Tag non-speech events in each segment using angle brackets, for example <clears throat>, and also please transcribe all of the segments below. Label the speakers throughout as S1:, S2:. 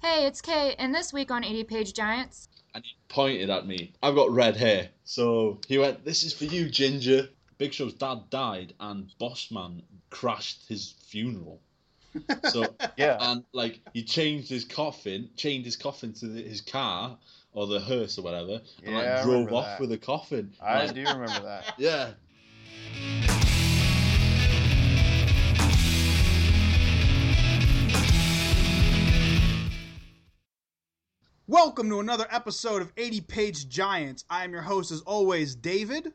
S1: Hey, it's Kate, and this week on 80 Page Giants.
S2: and he pointed at me. I've got red hair. So he went, This is for you, Ginger. Big Show's dad died and Bossman crashed his funeral.
S3: <laughs>
S2: So
S3: Yeah.
S2: and like he changed his coffin, chained his coffin to the, his car or the hearse or whatever, and
S3: Yeah, I
S2: like drove
S3: remember
S2: off
S3: that.
S2: with a coffin.
S3: I
S2: Like,
S3: do remember that. <laughs>
S2: Yeah.
S4: Welcome to another episode of 80 Page Giants. I am your host, as always, David.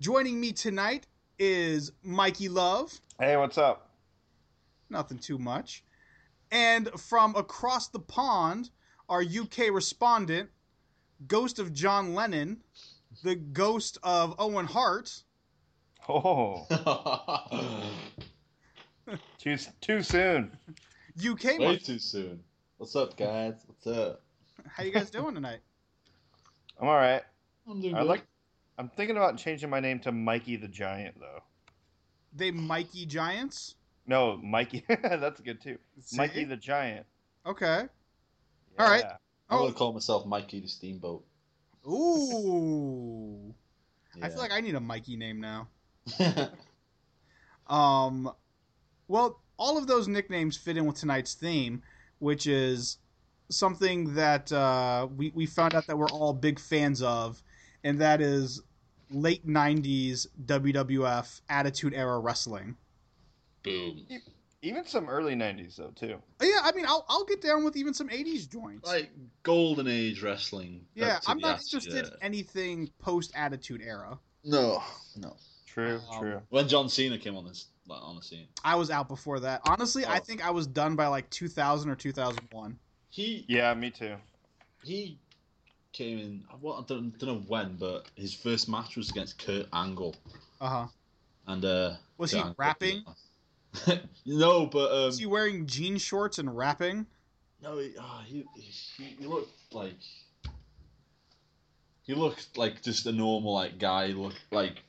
S4: Joining me tonight is Mikey Love.
S3: Hey, what's up?
S4: Nothing too much. And from across the pond, our UK respondent, Ghost of John Lennon, the ghost of Owen Hart.
S3: Oh, too s- too soon.
S4: UK,
S2: Way
S4: one.
S2: too soon. What's up, guys? What's up?
S4: how you
S3: <laughs>
S4: guys doing tonight?
S3: I'm all right.
S2: I'm doing
S3: I like. I'm thinking about changing my name to Mikey the Giant though.
S4: They Mikey Giants?
S3: No, Mikey. <laughs> that's good too.
S4: See?
S3: Mikey the Giant.
S4: Okay. All right.
S3: Yeah.
S2: I'm
S4: Oh,
S2: gonna call myself Mikey the Steamboat.
S4: ooh. I
S2: Yeah.
S4: feel like I need a Mikey name now. Um, well, all of those nicknames fit in with tonight's theme, which is something that uh, we, we found out that we're all big fans of, and that is late 90s WWF Attitude Era Wrestling.
S2: <laughs> Boom.
S3: Even some early '90s though too.
S4: Oh, Yeah, I mean, I'll, I'll get down with even some 80s joints.
S2: Like golden age wrestling.
S4: yeah,
S2: back to
S4: I'm
S2: the
S4: not
S2: ass,
S4: interested
S2: yeah.
S4: in anything post Attitude Era.
S2: No, no.
S3: True.
S4: Um,
S3: true.
S2: When John Cena came on this, like, on the scene,
S4: I was out before that. Honestly, I
S2: Oh.
S4: think I was done by like 2000 or 2001.
S2: he
S3: Yeah, me too.
S2: he came in. Well, I don't, don't know when, but his first match was against Kurt Angle,
S4: Uh
S2: Um,
S4: huh.
S2: and uh,
S4: Was
S2: Kurt
S4: he
S2: Angle-
S4: rapping?
S2: <laughs> no, but
S4: Is he
S2: um,
S4: wearing jean shorts and rapping?
S2: no, he, ah, he, he he looked like he looked like just a normal like guy. Look like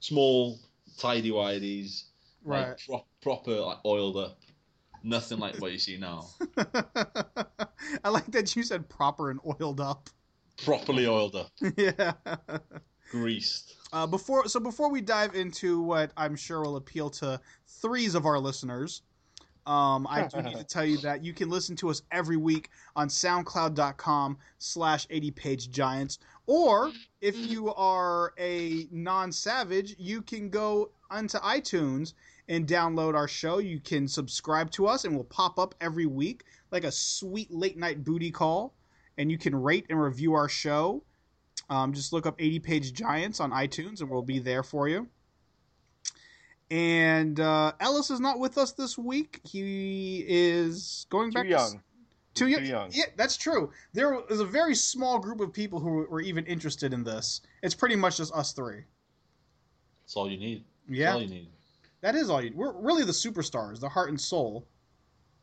S2: small, tidy whities, like, pro- proper like oiled up. Nothing like what you see now.
S4: <laughs> I like that you said proper and oiled up. <laughs>
S2: Properly oiled up,
S4: yeah.
S2: greased.
S4: Uh, before so before we dive into what I'm sure will appeal to threes of our listeners, um, I do need to tell you that you can listen to us every week on SoundCloud.com slash 80 Page Giants, or if you are a non-savage, you can go onto iTunes and download our show. You can subscribe to us, and we'll pop up every week like a sweet late night booty call. And you can rate and review our show. Um, just look up 80 Page Giants on iTunes, and we'll be there for you. And uh, Ellis is not with us this week. He is going
S3: Too
S4: back. to-
S3: young.
S4: too,
S3: Too
S4: young.
S3: young.
S4: Yeah, that's true. There was a very small group of people who were even interested in this. It's pretty much just us three.
S2: That's all you need. That's
S4: Yeah,
S2: all you need.
S4: that is all you. We're really the superstars, the heart and soul.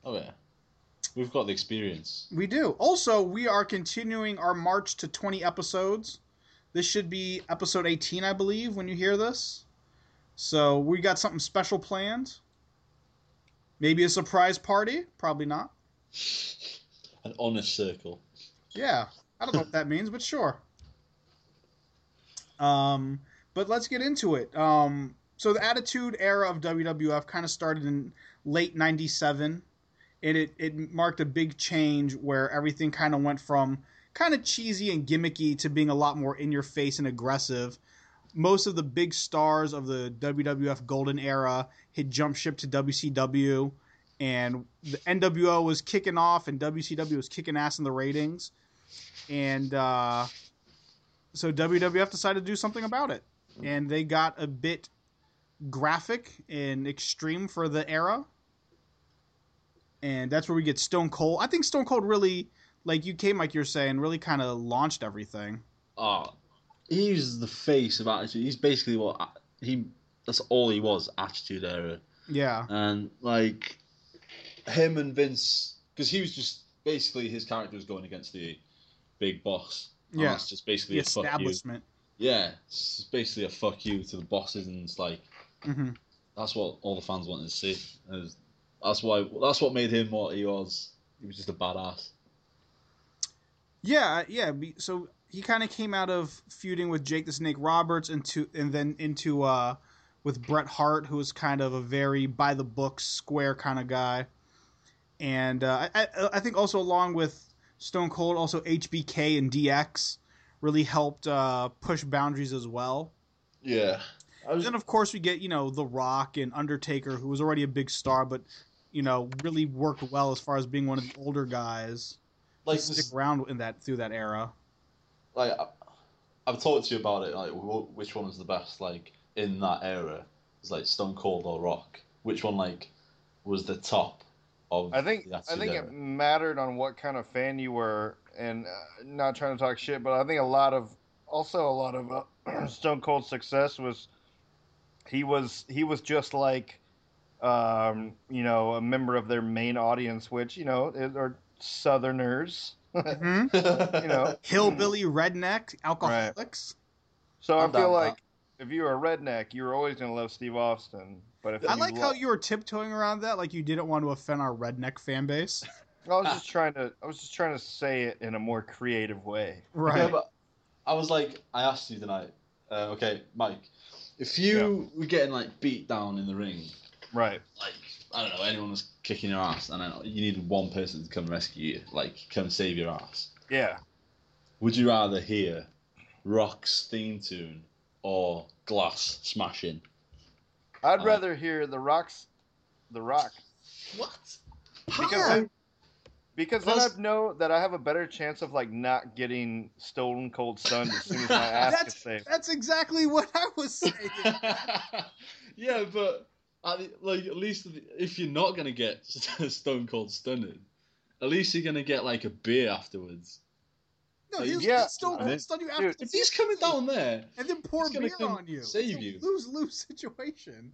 S2: Oh yeah, we've got the experience.
S4: We do. Also, we are continuing our march to 20 episodes. This should be episode 18, I believe, when you hear this. So we got something special planned. Maybe a surprise party. Probably not.
S2: An honest circle.
S4: Yeah, I don't know what that means, but sure. Um, but let's get into it. Um, so the Attitude Era of WWF kind of started in late '97, and it it marked a big change where everything kind of went from kind of cheesy and gimmicky to being a lot more in your face and aggressive. Most of the big stars of the WWF Golden Era had jumped ship to WCW, and the NWO was kicking off, and WCW was kicking ass in the ratings and uh, so WWF decided to do something about it, and they got a bit graphic and extreme for the era, and that's where we get Stone Cold. I think Stone Cold really, like UK Mike, you're saying, really kind of launched everything.
S2: Ah, he's the face of attitude. He's basically what a- he. That's all he was. Attitude era,
S4: Yeah,
S2: and like him and Vince, because he was just basically his character was going against the big boss. And
S4: Yeah.
S2: that's just basically
S4: the
S2: a fuck you.
S4: establishment.
S2: Yeah, it's basically a fuck you to the bosses, and it's like
S4: hmm
S2: that's what all the fans wanted to see. Is- That's why. That's what made him what he was. He was just a badass.
S4: Yeah, yeah. be- So he kind of came out of feuding with Jake the Snake Roberts into and then into uh with Bret Hart, who was kind of a very by the book square kind of guy, and uh, I I- I think also along with Stone Cold, also HBK and DX really helped uh, push boundaries as well.
S2: Yeah. I was,
S4: Then of course we get you know The Rock and Undertaker, who was already a big star, but you know really worked well as far as being one of the older guys.
S2: like,
S4: stick
S2: this-
S4: around in that through that era.
S2: like I- I've talked to you about it. Like, wh- which one was the best? Like in that era, it's like Stone Cold or Rock. Which one like was the top of?
S3: I think
S2: the
S3: I
S2: Attitude
S3: think
S2: Era?
S3: it mattered on what kind of fan you were, and uh, not trying to talk shit, but I think a lot of also a lot of uh, <clears throat> Stone Cold's success was he was he was just like um, you know a member of their main audience, which you know is- are Southerners.
S4: hmm
S2: you <laughs>
S3: know.
S4: Hillbilly,
S2: Mm.
S4: redneck, alcoholics.
S3: So i
S2: I'm down
S3: feel
S2: with
S3: like if you were a redneck, you were always gonna love Steve Austin. But if
S4: I
S3: you
S4: like how
S3: lo-
S4: you were tiptoeing around that, like you didn't want to offend our redneck
S2: <laughs>
S4: fan base.
S3: I
S4: <laughs>
S3: was just trying to I was just trying to say it in a more creative way.
S2: Yeah,
S4: Right.
S2: but I was like, I asked you tonight. Uh, okay, Mike, if you were getting like beat down in the ring,
S3: Right.
S2: like I don't know, anyone was kicking your ass, and I you needed one person to come rescue you, like come save your ass.
S3: Yeah.
S2: Would you rather hear Rock's theme tune or Glass smashing?
S3: I'd
S2: Uh,
S3: rather hear the rocks, the rock,
S2: What?
S3: because
S4: Yeah.
S3: I, because then
S2: Plus-
S3: I know that I have a better chance of like not getting Stone Cold stunned as soon as my ass gets
S4: That's
S3: saved.
S4: that's exactly what I was saying.
S2: <laughs> yeah, but at, the- like at least if you're not gonna get <laughs> Stone Cold stunning, at least you're gonna get like a beer afterwards.
S4: No, he was
S3: Yeah.
S4: still
S2: I mean,
S4: gonna stun you after
S3: dude,
S2: If he's coming down there,
S4: and then pour
S2: he's gonna
S4: beer
S2: come
S4: on you.
S2: save
S4: It's a
S2: you.
S4: Lose lose
S2: <laughs>
S4: situation.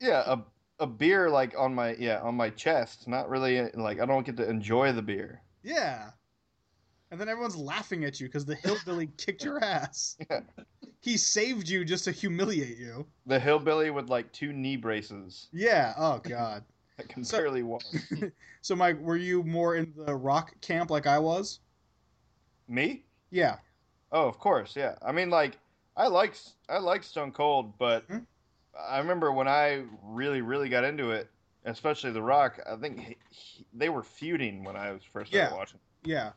S3: Yeah, a a beer like on my yeah on my chest. Not really like I don't get to enjoy the beer.
S4: Yeah. And then everyone's laughing at you because
S2: <laughs>
S4: the hillbilly kicked your ass.
S3: Yeah.
S4: He saved you just to humiliate you.
S3: The hillbilly with like two knee braces.
S4: Yeah. Oh God.
S3: I can
S4: So-
S3: barely walk.
S4: So, Mike, were you more in the rock camp like I was?
S3: Me?
S4: Yeah.
S3: Oh, of course, yeah. I mean, like, I like I like Stone Cold, but
S4: Mhm.
S3: I remember when I really, really got into it, especially The Rock. I think he, he- they were feuding when I was first started
S4: Yeah.
S3: watching.
S4: Yeah.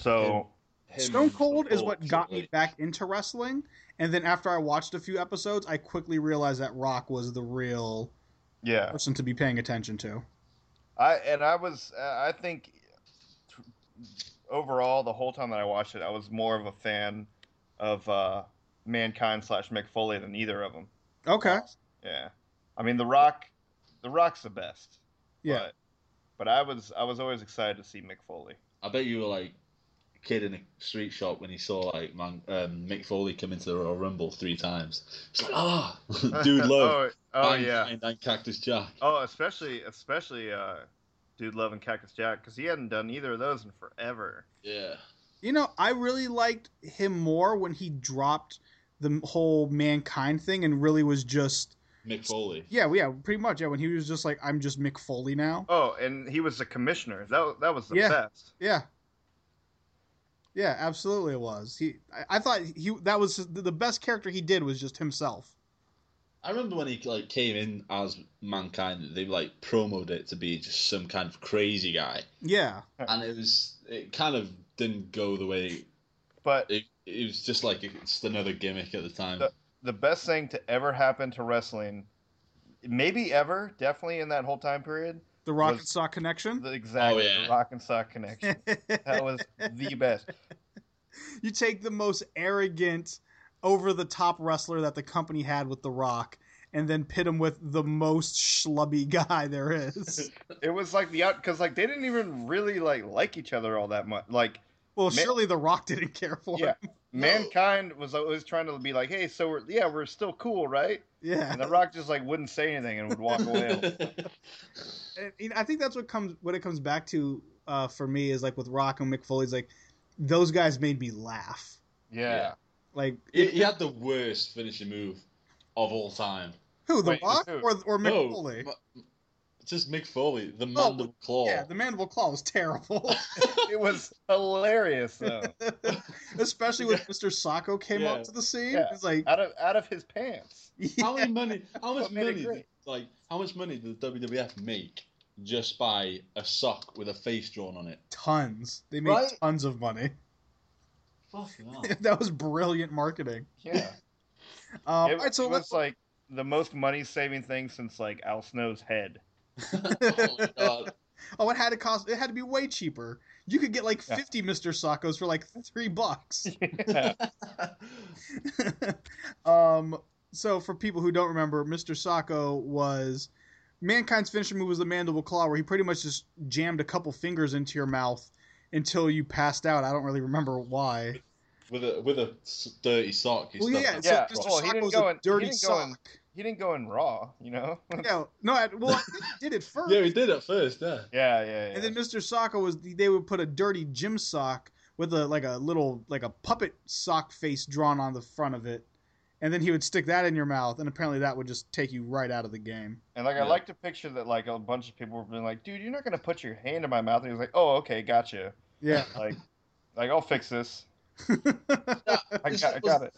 S3: So
S2: him
S4: Stone
S2: and
S4: Cold is what got
S2: Triple
S4: me
S2: H.
S4: back into wrestling. And then after I watched a few episodes, I quickly realized that Rock was the real
S3: yeah,
S4: person to be paying attention to.
S3: I and I was uh, I think overall the whole time that I watched it, I was more of a fan of uh, Mankind slash Mick Foley than either of them.
S4: Okay.
S3: Yeah, I mean, The Rock, The Rock's the best.
S4: Yeah.
S3: But, but I was I was always excited to see Mick Foley.
S2: I bet you were like a kid in a street shop when he saw like man, um, Mick Foley come into the Royal Rumble three times. It's like ah, <laughs> dude, love.
S3: <laughs> oh oh
S2: Bang,
S3: yeah.
S2: bang, bang, Cactus Jack.
S3: Oh, especially especially uh, dude, love and Cactus Jack because he hadn't done either of those in forever.
S2: Yeah.
S4: You know, I really liked him more when he dropped the whole mankind thing and really was just
S2: Mick Foley.
S4: yeah yeah pretty much yeah when he was just like I'm just Mick Foley now
S3: Oh, and he was the commissioner. That wa- that was the
S4: Yeah.
S3: best.
S4: Yeah. Yeah, absolutely it was. He I, I thought he that was the the best character he did was just himself.
S2: I remember when he like came in as mankind, they like promoted it to be just some kind of crazy guy,
S4: Yeah.
S2: and it was it kind of didn't go the way
S3: But
S2: it, it was just like it's another gimmick at the time. <laughs>
S3: The- the best thing to ever happen to wrestling, maybe ever, definitely in that whole time period.
S4: The Rock
S3: Was-
S4: and Sock connection.
S3: The exact
S2: yeah.
S3: rock and sock connection.
S4: <laughs>
S3: that was the <laughs> best.
S4: you take the most arrogant over the top wrestler that the company had with The Rock and then pit him with the most schlubby <laughs> guy there
S3: <laughs>
S4: is.
S3: It was like the out because like they didn't even really like like each other all that much. Like
S4: Well,
S3: Man-
S4: surely The Rock didn't care for him. <laughs>
S3: Yeah. mankind was always trying to be like, hey, so we're yeah, we're still cool, right?
S4: Yeah.
S3: And the Rock just like wouldn't say anything and would walk
S4: <laughs>
S3: away.
S4: and, you know, I think that's what comes what it comes back to uh, for me is like with Rock and Mick Foley's like those guys made me laugh.
S3: yeah.
S4: Like
S2: he, he had the worst finishing move of all time.
S4: Who the
S3: Wait,
S4: Rock
S3: who?
S4: or or
S2: No,
S4: McFoley?
S2: Ma- Oh, just Mick Foley, the
S4: Oh,
S2: mandible claw.
S4: Yeah, the mandible claw was
S3: <laughs>
S4: terrible, <laughs>
S3: It was hilarious though.
S4: especially when Mr. Sacco came
S2: Yeah.
S4: up to the scene.
S3: Yeah.
S4: It's like,
S3: out of out of his pants.
S4: <laughs> yeah,
S2: How many money?
S4: <laughs>
S2: How much
S3: What made it
S2: money?
S3: great?
S2: Did, like how much money did the WWF make just by a sock with a face drawn on it?
S4: tons. They made
S3: Right?
S4: tons of money. <laughs>
S2: Fucking hell.
S4: that was brilliant marketing.
S3: Yeah, it
S4: Um, <laughs> all right, so
S3: was
S4: let's.
S3: like the most money saving thing since like Al Snow's
S4: <laughs>
S3: head.
S2: oh my god.
S4: Oh, it had to cost. It had to be way cheaper. You could get like
S3: Yeah.
S4: fifty Mister Sockos for like
S3: <laughs>
S4: three bucks. <laughs>
S3: Yeah.
S4: um, so for people who don't remember, Mister Sacco was mankind's finishing move was the mandible claw, where he pretty much just jammed a couple fingers into your mouth until you passed out. I don't really remember why.
S2: With a with a s- dirty sock. he
S4: Well,
S2: stuck
S4: yeah,
S2: it.
S4: so
S3: Yeah,
S4: Mister
S3: well, he didn't
S4: Sacco's
S3: go
S4: a
S3: in- he
S4: dirty
S3: didn't go in-
S4: sock. <laughs>
S3: he didn't go in raw, you know. <laughs>
S4: Yeah, no, I, well, I think he did it first.
S2: yeah, he did at first. Yeah.
S3: Yeah, yeah, yeah.
S4: And then Mr. Socko was they would put a dirty gym sock with a like a little like a puppet sock face drawn on the front of it, and then he would stick that in your mouth, and apparently that would just take you right out of the game.
S3: and like
S2: Yeah.
S3: I like to picture that like a bunch of people were being like, "Dude, you're not gonna put your hand in my mouth." And he was like, "Oh, okay, gotcha."
S4: Yeah.
S3: Like, like I'll fix
S4: <laughs>
S3: this. I
S2: It's-
S3: got, I got it.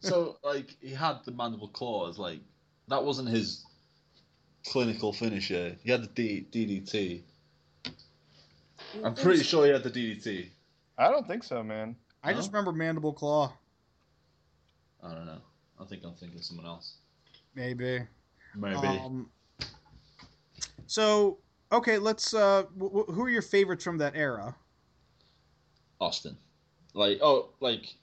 S2: So like he had the mandible claw as like that wasn't his clinical finisher. He had the D- DDT. I'm pretty sure he had the DDT.
S3: I don't think so, man.
S4: I just
S2: Huh?
S4: remember mandible claw,
S2: I don't know. I think I'm thinking of someone else.
S4: maybe.
S2: Maybe.
S4: Um, so okay, let's. Uh, w- who are your favorites from that era?
S2: Austin. Like oh like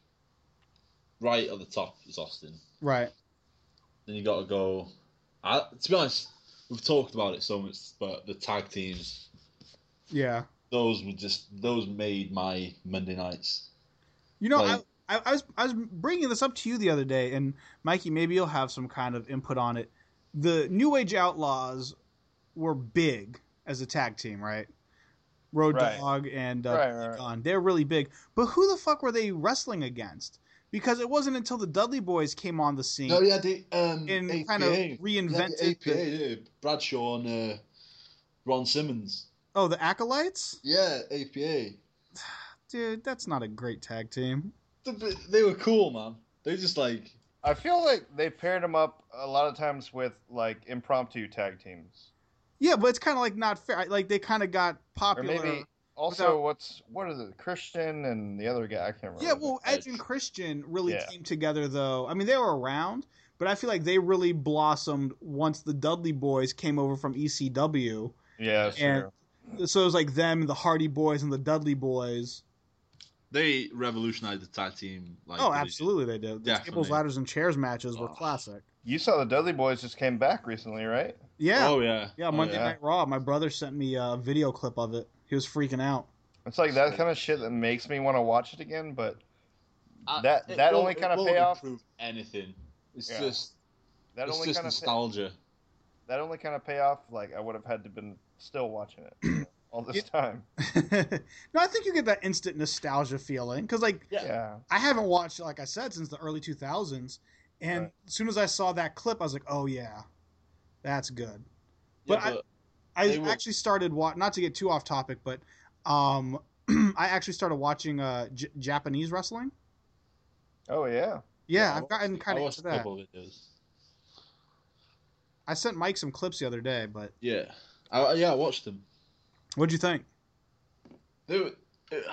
S2: right at the top is Austin.
S4: Right.
S2: Then you gotta go I, to be honest, we've talked about it so much but the tag teams,
S4: Yeah.
S2: those were just those made my Monday nights.
S4: You know,
S2: Like-
S4: I, I, I was I was bringing this up to you the other day, and Mikey, maybe you'll have some kind of input on it. The New Age Outlaws were big as a tag team, right? Road
S3: Right.
S4: Dog and uh,
S3: Right, right, right.
S4: Gun. They're really big, but who the fuck were they wrestling against? Because it wasn't until the Dudley Boys came on the scene
S2: No, yeah, the um,
S4: and
S2: APA.
S4: kind of
S2: Yeah,
S4: reinvented.
S2: the APA,
S4: the-
S2: yeah. Bradshaw and uh, Ron Simmons.
S4: oh, the Acolytes,
S2: Yeah, APA.
S4: dude, that's not a great tag team.
S2: They, they were cool, man. They just like
S3: I feel like they paired him up a lot of times with like impromptu tag teams,
S4: Yeah, but it's kind of like not fair. Like they kind of got
S3: or
S4: popular.
S3: maybe also
S4: Without-
S3: what's what is it? Christian and the other guy. I can't remember.
S4: Yeah, well,
S2: Edge.
S4: Edge and Christian really
S3: Yeah.
S4: came together, though. I mean, they were around, but I feel like they really blossomed once the Dudley Boys came over from ECW.
S3: yeah,
S4: and-
S3: sure.
S4: So it was like them, the Hardy Boys, and the Dudley Boys.
S2: they revolutionized the tag team. Like
S4: oh,
S2: division.
S4: absolutely, they did. The tables,
S2: Definitely.
S4: ladders, and chairs matches were
S2: Oh.
S4: classic.
S3: You saw the Dudley Boys just came back recently, right?
S4: Yeah,
S2: Oh yeah.
S4: yeah.
S2: Oh,
S4: Monday
S3: yeah.
S4: Night Raw. My brother sent me a video clip of it. He was freaking out. <laughs>
S3: It's like that kind of shit that makes me want to watch it again, but
S2: Uh,
S3: that-
S2: it
S3: that
S2: won't-
S3: only
S2: it
S3: kinda
S2: won't
S3: payoff-
S2: improve anything. It's
S3: Yeah.
S2: just
S3: that
S2: it's
S3: only
S2: just
S3: kind of
S2: nostalgia.
S3: that only kind of payoff. Like I would have had to been still watching it
S4: <clears throat>
S3: you know, all this
S4: Yeah.
S3: time.
S4: no, I think you get that instant nostalgia feeling because, like,
S3: Yeah.
S4: I haven't watched, like I said, since the early 2000s. And
S3: Right.
S4: as soon as I saw that clip, I was like, oh, yeah, that's good.
S2: Yeah,
S4: But I-
S2: but-
S4: I
S2: They will-
S4: actually started, wa- not to get too off topic, but um, <clears throat> I actually started watching uh, J- Japanese wrestling.
S3: Oh yeah.
S4: Yeah,
S2: I
S4: I've gotten
S2: watched-
S4: kind
S2: I
S4: of
S2: watched
S4: into
S2: a
S4: that.
S2: couple of videos.
S4: I sent Mike some clips the other day, but
S2: Yeah, I, yeah, I watched them.
S4: what'd you think?
S2: They were, it,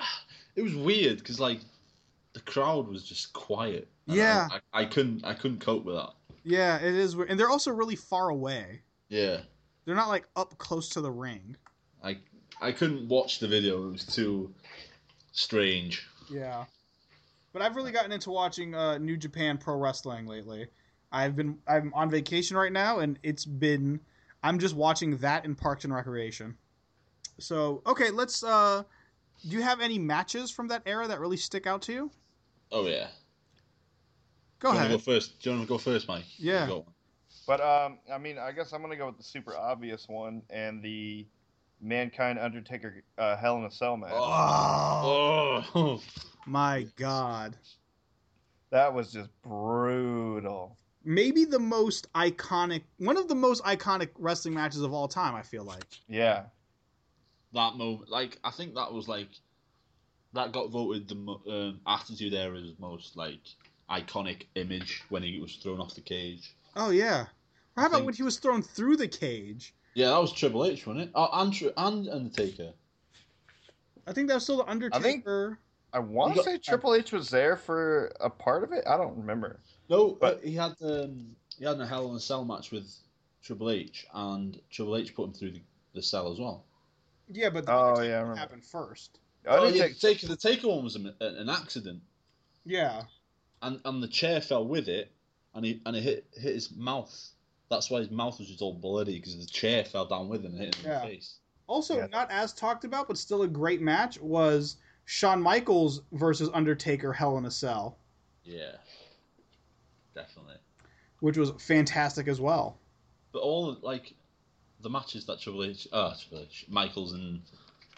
S2: it was weird because like the crowd was just quiet. And
S4: Yeah.
S2: I, I, I couldn't I couldn't cope with that.
S4: Yeah, it is. weird. And they're also really far away.
S2: Yeah,
S4: They're not like up close to the ring.
S2: I I couldn't watch the video. It was too strange.
S4: Yeah. But I've really gotten into watching uh, New Japan Pro Wrestling lately. I've been I'm on vacation right now, and it's been I'm just watching that in Parks and Recreation. So okay, let's. Uh, do you have any matches from that era that really stick out to you?
S2: Oh yeah.
S4: Go
S2: Do you want to
S4: ahead.
S2: go first? Do you want to go first, Mike?
S4: Yeah.
S2: You got one.
S3: But um, I mean, I guess I'm gonna go with the super obvious one and the Mankind Undertaker uh, Hell in a Cell match.
S4: Oh
S2: Oh. <laughs>
S4: my God!
S3: That was just brutal.
S4: maybe the most iconic, one of the most iconic wrestling matches of all time. I feel like.
S3: Yeah.
S2: that moment. Like I think that was like that got voted the mo- um, attitude era's most like iconic image when he was thrown off the cage.
S4: Oh yeah. Or
S2: I
S4: how about
S2: think-
S4: when he was thrown through the cage?
S2: Yeah, that was Triple H, wasn't it? Oh, and Tri- and Undertaker.
S4: I think that was still the
S3: think-
S4: Undertaker.
S3: I want
S2: You
S3: to
S2: got-
S3: say Triple H was there for a part of it. I don't remember.
S2: No,
S3: But-
S2: but he had um, he had a Hell in a Cell match with Triple H, and Triple H put him through the, the cell as well.
S4: Yeah, but the
S3: Oh,
S4: Undertaker
S3: yeah, I remember.
S4: happened first.
S2: Oh, yeah,
S3: Undertaker-
S2: the Taker, the Taker one was a mi- an accident,
S4: Yeah.
S2: and, and the chair fell with it, and he and it hit hit his mouth. That's why his mouth was just all bloody because the chair fell down with him and hit him in
S4: Yeah.
S2: the face.
S4: Also,
S3: Yeah.
S4: not as talked about, but still a great match was Shawn Michaels versus Undertaker Hell in a Cell,
S2: Yeah, definitely.
S4: which was fantastic as well.
S2: But all like the matches that Triple H, uh, Triple H, Michaels and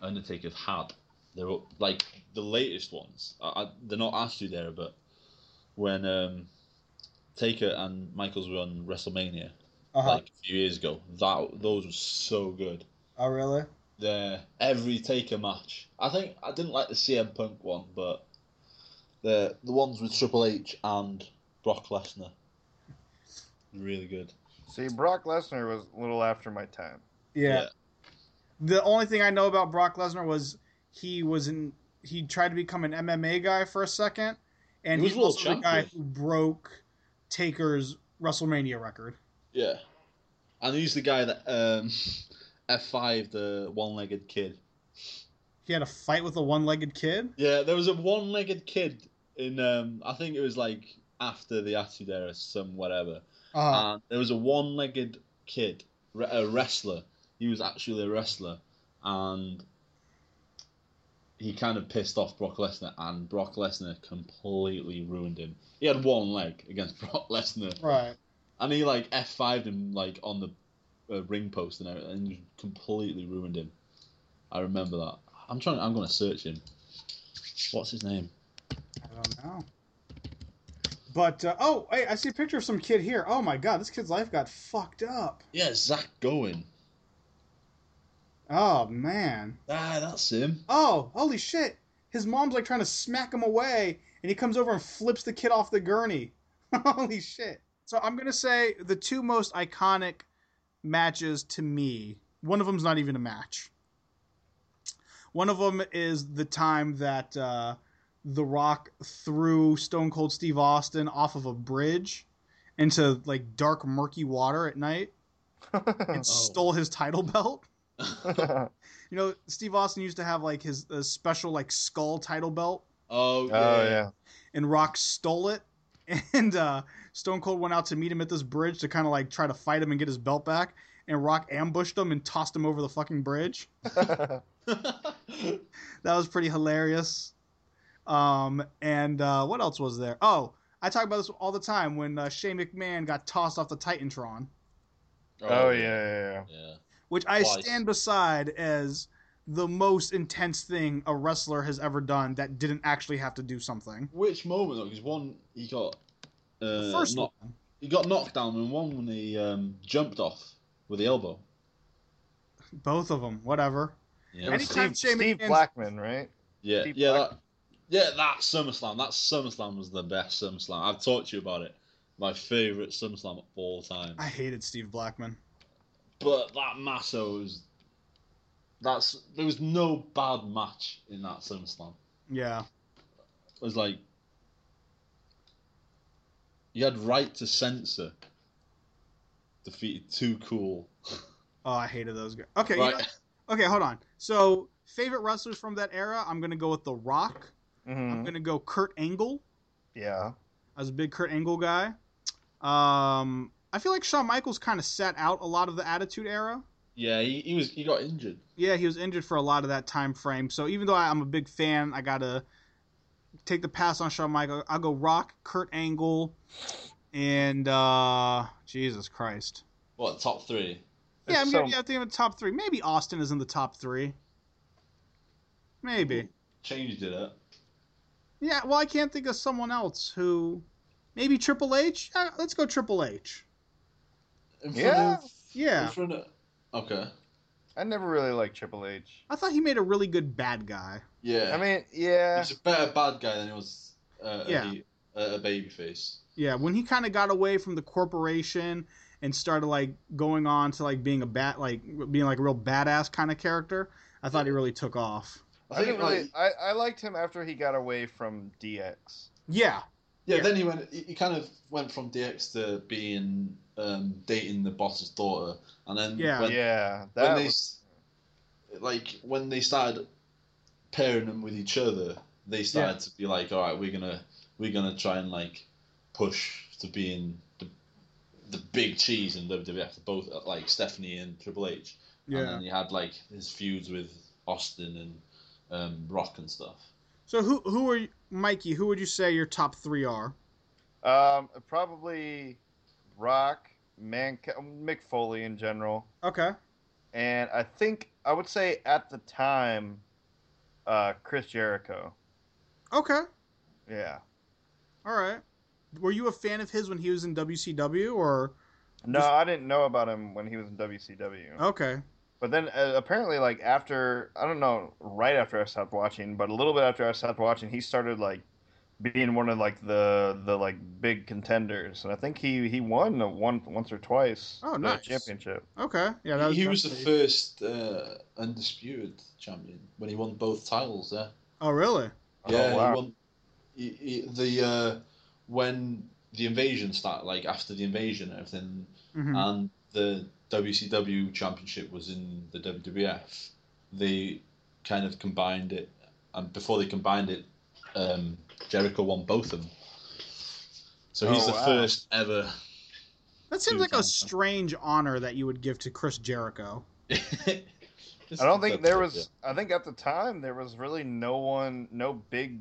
S2: Undertaker have had, they're all, like the latest ones. I, I, they're not Attitude Era, but when um, Taker and Michaels were on WrestleMania
S4: Uh-huh.
S2: like a few years ago, that those were so good.
S4: oh, really?
S2: The every Taker match. I think I didn't like the CM Punk one, but the the ones with Triple H and Brock Lesnar, really good.
S3: See, Brock Lesnar was a little after
S2: <laughs>
S3: my time. <laughs>
S4: Yeah.
S2: Yeah.
S4: The only thing I know about Brock Lesnar was he was in. He tried to become an MMA guy for a second, and
S2: He
S4: he
S2: was
S4: was
S2: world
S4: also the guy who
S2: champion.
S4: broke Taker's WrestleMania record.
S2: Yeah. And he's the guy that um, <laughs> F5, the one legged kid.
S4: He had a fight with a one-legged kid.
S2: Yeah, there was a one legged kid in, um, I think it was like after the Attitude Era, some whatever.
S4: Uh,
S2: And there was a one legged kid, re- a wrestler. He was actually a wrestler. And he kind of pissed off Brock Lesnar, and Brock Lesnar completely ruined him. He had one leg against <laughs> Brock Lesnar.
S4: right.
S2: And he like F 5'd him like on the uh, ring post and everything, and just completely ruined him. I remember that. I'm trying. I'm gonna search him. What's his name?
S4: I don't know. But uh, oh, hey, I see a picture of some kid here. Oh my god, this kid's life got fucked up.
S2: Yeah, Zach Gowen.
S4: Oh man.
S2: Ah, that's him. <laughs>
S4: Oh, holy shit! His mom's like trying to smack him away, and he comes over and flips the kid off the gurney. <laughs> holy shit! So I'm gonna say the two most iconic matches to me. One of them's not even a match. One of them is the time that uh, The Rock threw Stone Cold Steve Austin off of a bridge into like dark, murky water at night and
S3: Oh.
S4: stole his title belt. You know, Steve Austin used to have like his uh, special like skull title belt,
S2: Oh yeah.
S3: Oh yeah.
S4: and Rock stole it. <laughs> And uh, Stone Cold went out to meet him at this bridge to kind of like try to fight him and get his belt back. And Rock ambushed him and tossed him over the fucking bridge.
S2: <laughs>
S4: That was pretty hilarious. Um, and uh, what else was there? Oh, I talk about this all the time when uh, Shane McMahon got tossed off the Titantron,
S3: <laughs> oh yeah, yeah, yeah.
S2: Yeah.
S4: which I
S2: Twice.
S4: stand beside as the most intense thing a wrestler has ever done that didn't actually have to do something.
S2: Which moment though? Because one he got uh,
S4: The first
S2: knock-
S4: one.
S2: he got knocked down, and one when he um, jumped off with the elbow.
S4: Both of them, whatever.
S2: Yeah.
S3: It was
S4: Anytime
S3: Steve,
S4: Shane
S3: Steve
S4: McMahon's-
S3: Blackman, right?
S2: Yeah,
S3: Deep
S2: yeah,
S3: Black-
S2: that, yeah. That SummerSlam, that SummerSlam was the best SummerSlam. I've talked to you about it. My favorite SummerSlam of all time.
S4: I hated Steve Blackman.
S2: But that Masso was. That's there was no bad match in that SummerSlam.
S4: Yeah.
S2: It was like you had right to censor. Defeated too cool.
S4: Oh, I hated those guys. Okay. you
S2: Right.
S4: know- okay, hold on. So, favorite wrestlers from that era, I'm going to go with The Rock. I'm
S3: hmm
S4: going to go Kurt Angle.
S3: Yeah.
S4: I was a big Kurt Angle guy. Um, I feel like Shawn Michaels kind of sat out a lot of the Attitude Era.
S2: Yeah, he, he was he got injured.
S4: Yeah, he was injured for a lot of that time frame. So even though I, I'm a big fan, I gotta take the pass on Shawn Michaels. I'll go Rock, Kurt Angle, and uh, Jesus Christ.
S2: What top three?
S4: Yeah, I'm
S3: It's
S4: gonna
S3: so-
S4: yeah, I think I'm in the top three. Maybe Austin is in the top three. Maybe.
S2: Changed it up.
S4: Yeah, well I can't think of someone else who Maybe Triple H. Uh, let's go Triple H.
S2: In front
S3: Yeah.
S2: of-
S4: Yeah.
S2: In front of, okay.
S3: I never really liked Triple H.
S4: I thought he made a really good bad guy.
S2: Yeah.
S3: I mean, uh, yeah,
S2: he's a better bad guy than he was uh,
S4: Yeah.
S2: a, he- a, a baby face.
S4: Yeah, when he kind of got away from the corporation and started like going on to like being a bat, like being like a real badass kind of character, I thought he really took off.
S3: I, didn't
S2: like,
S3: really. I, I liked him after he got away from DX.
S4: Yeah,
S2: yeah,
S4: yeah.
S2: Then he went. He he kind of went from DX to being um, dating the boss's daughter, and then
S4: Yeah.
S2: when,
S3: yeah,
S2: when
S3: that
S2: they
S3: was,
S2: s like when they started pairing them with each other, they started to be like, all right, we're gonna we're gonna try and like push to being the the big cheese in WWF, both uh, like Stephanie and Triple H. And
S4: yeah.
S2: then he had like his feuds with Austin and um, Rock and stuff.
S4: So who who are you, Mikey? Who would you say your top three are?
S3: um, probably Rock, Mankind, Mick Foley in general,
S4: Okay.
S3: and I think I would say at the time, uh, Chris Jericho.
S4: Okay.
S3: Yeah.
S4: All right. Were you a fan of his when he was in WCW or
S3: No,
S4: Just-
S3: I didn't know about him when he was in WCW.
S4: okay?
S3: But then uh, apparently, like after I don't know, right after I stopped watching, but a little bit after I stopped watching, he started like being one of like the the like big contenders, and I think he he won a one once or twice.
S4: Oh,
S3: the
S4: nice.
S3: championship.
S4: Okay. Yeah. That was,
S2: he was the first uh, undisputed champion when he won both titles. Yeah,
S4: Oh really?
S2: yeah.
S3: oh, wow.
S2: He won he, he, the uh, when the invasion started, like after the invasion and everything,
S4: hmm
S2: and the WCW championship was in the WWF. They kind of combined it, and before they combined it, um, Jericho won both of them. So he's
S3: Oh,
S2: the
S3: wow.
S2: first ever <laughs>
S4: that seems like a
S2: Suicide.
S4: strange honor that you would give to Chris Jericho.
S3: I don't think there was. I think at the time there was really no one, no big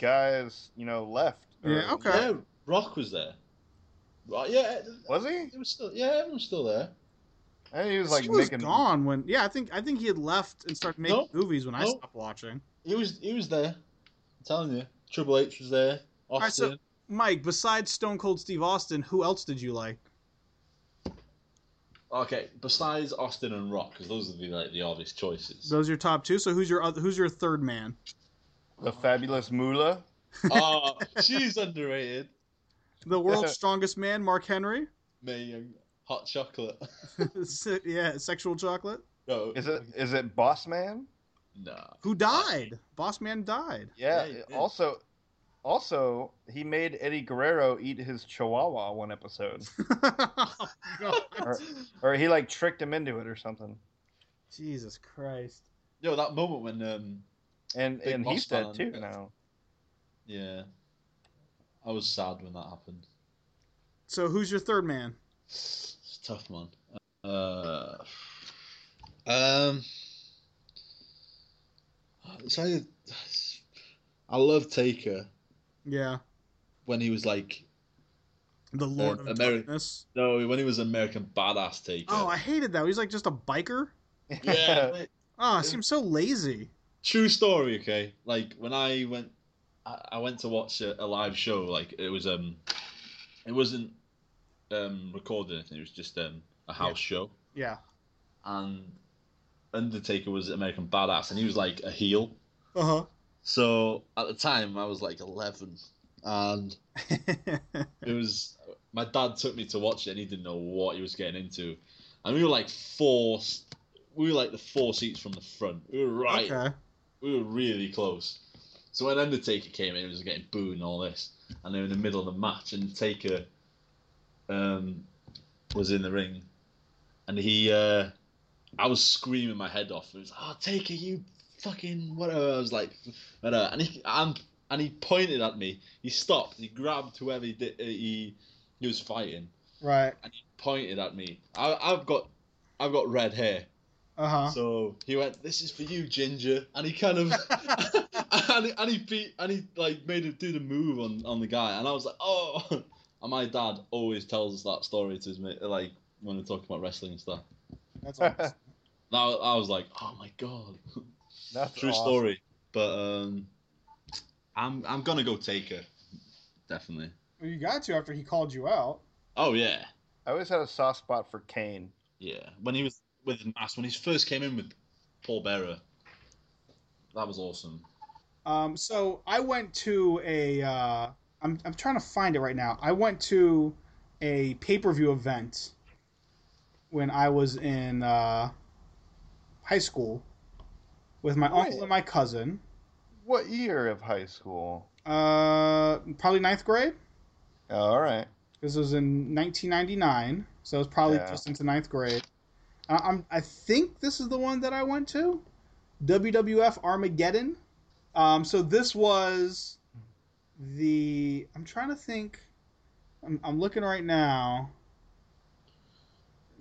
S3: guys, you know, left.
S4: Yeah, okay.
S2: Yeah, Rock was there. Right, yeah,
S3: Was he?
S2: it was still. Yeah, everyone's still there.
S3: I think he was like
S4: he was
S3: making.
S4: gone when yeah I think I think he had left and started making
S2: Nope.
S4: movies when I
S2: Nope.
S4: stopped watching.
S2: He was. He was there. I'm telling you, Triple H was there.
S4: right, so-
S2: Austin.
S4: Mike, besides Stone Cold Steve Austin, who else did you like?
S2: okay, besides Austin and Rock, because those are the like the obvious choices.
S4: Those are your top two. So who's your oth- who's your third man?
S3: The fabulous Moolah.
S2: <laughs> oh, she's underrated.
S4: The
S2: <laughs>
S4: world's strongest man, Mark Henry. <laughs>
S2: Me Young, hot chocolate.
S4: Se- yeah, sexual chocolate.
S2: no,
S3: Is it? Is it Boss Man?
S2: Nah.
S4: Who died? Boss man died. <laughs>
S3: Yeah.
S2: Yeah, he did.
S3: also, also he made Eddie Guerrero eat his chihuahua
S2: <laughs>
S3: one episode,
S2: Oh,
S3: or, or he like tricked him into it or something.
S4: Jesus Christ.
S2: Yo, that moment when um,
S3: And
S2: Big
S3: and he's
S2: boss
S3: dead
S2: man.
S3: too now.
S2: yeah, I was sad when that happened.
S4: So who's your third man?
S2: It's a tough one. Uh, um, it's either, I love Taker
S4: Yeah,
S2: when he was like
S4: the Lord
S2: Um,
S4: of
S2: Ameri-
S4: Darkness.
S2: no, when he was American Badass Taker.
S4: Oh, I hated that. He's like just a biker.
S2: <laughs> yeah. like,
S4: Oh, it seems so lazy.
S2: True story. Okay, like when I went, I, I went to watch a, a live show. Like it was um, it wasn't um recorded. or anything. It was just um a house show.
S4: Yeah.
S2: and Undertaker was American Badass, and he was like a heel.
S4: Uh
S2: So at the time, I was like 11, and
S4: huh.
S2: it was my dad took me to watch it, and he didn't know what he was getting into, and we were like four, s- we were like the four seats from the front. We were <laughs> right,
S4: Okay.
S2: we were really close. So when Undertaker came in, it was getting booed and all this, and they were in the middle of the match, and Taker um, was in the ring, and he, uh, I was screaming my head off. It was, "Oh, Taker, you fucking whatever." I was like, whatever, and he, and, and he pointed at me. He stopped. He grabbed whoever he did, uh, he, he was fighting.
S4: Right.
S2: Pointed at me. I, I've got, I've got red hair.
S4: Uh huh.
S2: So he went, "This is for you, Ginger," and he kind of, and, he, and he beat, and he like made him do the move on on the guy, and I was like, "Oh!" <laughs> And my dad always tells us that story to his mate, like when we're talking about wrestling and stuff.
S4: That's awesome.
S2: <laughs>
S3: That's
S2: And I, I was like, "Oh my god, true
S3: awesome.
S2: story." But um, I'm I'm gonna go Taker, definitely.
S4: Well, you got to after he called you out.
S2: Oh yeah,
S3: I always had a soft spot for Kane.
S2: yeah. When he was with the mask, when he first came in with Paul Bearer, that was awesome.
S4: Um, so I went to a. Uh, I'm I'm trying to find it right now. I went to a pay per view event when I was in uh, high school with my uncle
S3: Really?
S4: and my cousin.
S3: What year of high school?
S4: Uh, probably ninth grade.
S3: Oh, all right.
S4: This was in 1999, so it was probably
S3: Yeah.
S4: just into ninth grade. I, I'm, I think this is the one that I went to, WWF Armageddon. Um, so this was the. I'm trying to think. I'm, I'm looking right now.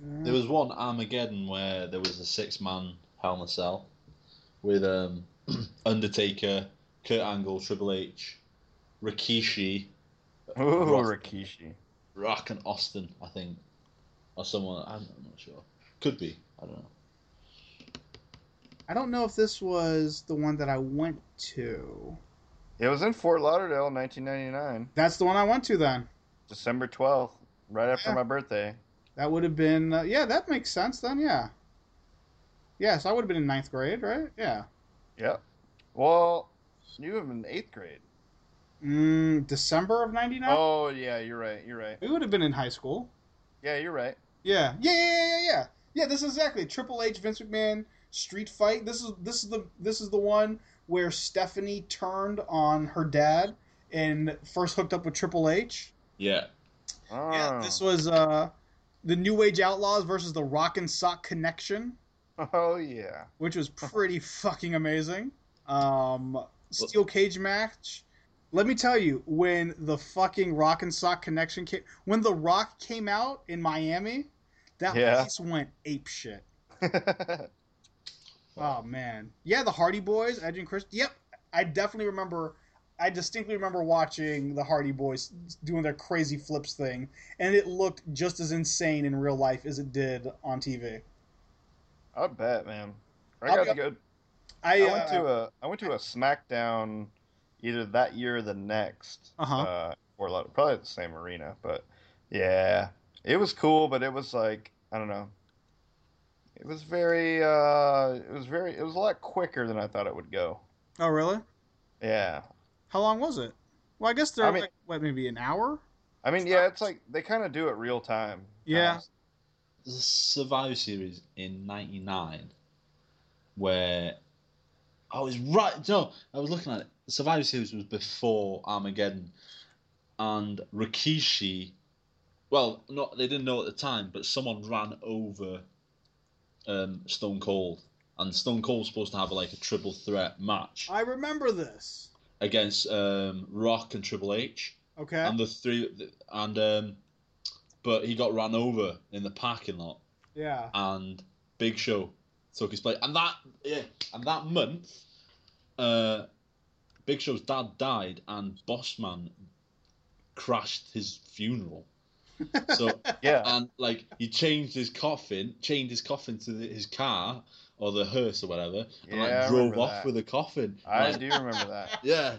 S4: Uh,
S2: There was one Armageddon where there was a six-man Hell in a Cell with um, <clears throat> Undertaker, Kurt Angle, Triple H, Rikishi, Uh,
S3: Ooh,
S2: Rough.
S3: Rikishi.
S2: Rock, and Austin, I think, or someone. I'm, I'm not sure. Could be. I don't know.
S4: I don't know if this was the one that I went to.
S3: It was in Fort Lauderdale, 1999,
S4: That's the one I went to then.
S3: December 12th, right after
S4: Yeah.
S3: my birthday.
S4: That would have been. Uh, yeah, that makes sense then, yeah. Yeah, so I would have been in ninth grade, right? Yeah.
S3: Yep. Well, you have in eighth grade.
S4: Mm, December of 99?
S3: Oh yeah, you're right. You're right.
S4: We would have been in high school.
S3: Yeah, you're right.
S4: Yeah. Yeah, yeah, yeah, yeah, yeah. Yeah, this is exactly Triple H, Vince McMahon, street fight. This is this is the this is the one where Stephanie turned on her dad and first hooked up with Triple H.
S2: Yeah.
S3: Oh.
S4: Yeah, this was uh the New Age Outlaws versus the Rock and Sock Connection,
S3: <laughs> Oh yeah. <laughs>
S4: which was pretty fucking amazing. Um steel cage match. Let me tell you, when the fucking Rock and Sock Connection came, when the Rock came out in Miami, that
S3: Yeah.
S4: place went ape shit. Oh man, yeah, the Hardy Boys, Edge and Chris. Yep, I definitely remember. I distinctly remember watching the Hardy Boys doing their crazy flips thing, and it looked just as insane in real life as it did on TV.
S3: I bet, man. I
S4: I'll
S3: got
S4: be-
S3: to go.
S4: I,
S3: I went to
S4: uh,
S3: a I went to a SmackDown either that year or the next.
S4: Uh-huh.
S3: Uh or a lot probably the same arena, but yeah. It was cool, but it was like I don't know. It was very uh it was very it was a lot quicker than I thought it would go.
S4: oh really?
S3: Yeah.
S4: How long was it? Well, I guess they're
S3: I mean-
S4: like what maybe an hour.
S3: I mean, yeah, it's like they kind of do it real time.
S4: Yeah.
S2: the Survivor Series in '99, where I was right. No, I was looking at it. Survivor Series was before Armageddon, and Rikishi. Well, not they didn't know at the time, but someone ran over um, Stone Cold, and Stone Cold was supposed to have like a triple threat match
S4: I remember this.
S2: against um, Rock and Triple H
S4: Okay.
S2: and the three and um but he got ran over in the parking lot
S4: yeah.
S2: and Big Show took his place and that yeah and that month uh Big Show's dad died and Bossman crashed his funeral
S3: <laughs>
S2: so
S3: Yeah.
S2: and like he changed his coffin chained his coffin to the, his car or the hearse or whatever and
S3: Yeah, I
S2: like drove
S3: remember
S2: off
S3: that.
S2: with a coffin <laughs>
S3: I
S2: Like,
S3: do remember that.
S2: yeah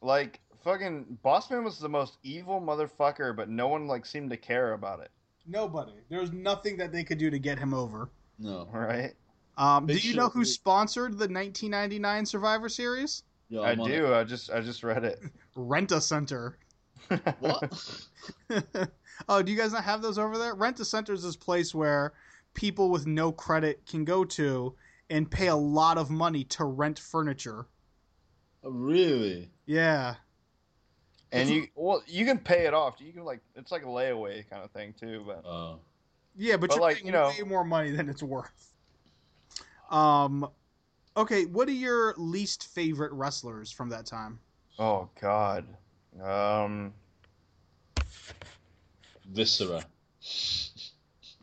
S3: Like fucking Bossman was the most evil motherfucker, but no one like seemed to care about it, <laughs>
S4: Nobody. There was nothing that they could do to get him over.
S2: no
S3: right?
S4: Um, do
S2: They
S4: you know
S2: should-
S4: who sponsored the 1999 Survivor Series?
S2: yeah,
S3: I
S2: I'm on
S3: do. I just I just read it.
S4: Rent a Center. <laughs>
S2: it. <laughs> what <laughs>
S4: oh, do you guys not have those over there? Rent a Center is this place where people with no credit can go to and pay a lot of money to rent furniture.
S2: really
S4: Yeah.
S3: <laughs> And you well, you can pay it off. You can like it's like a layaway kind of thing too. But
S2: oh
S4: Yeah, but,
S3: But,
S4: you're
S3: like,
S4: paying
S3: you know-
S4: way more money than it's worth. Um okay, what are your least favorite wrestlers from that time?
S3: oh god, um,
S2: viscera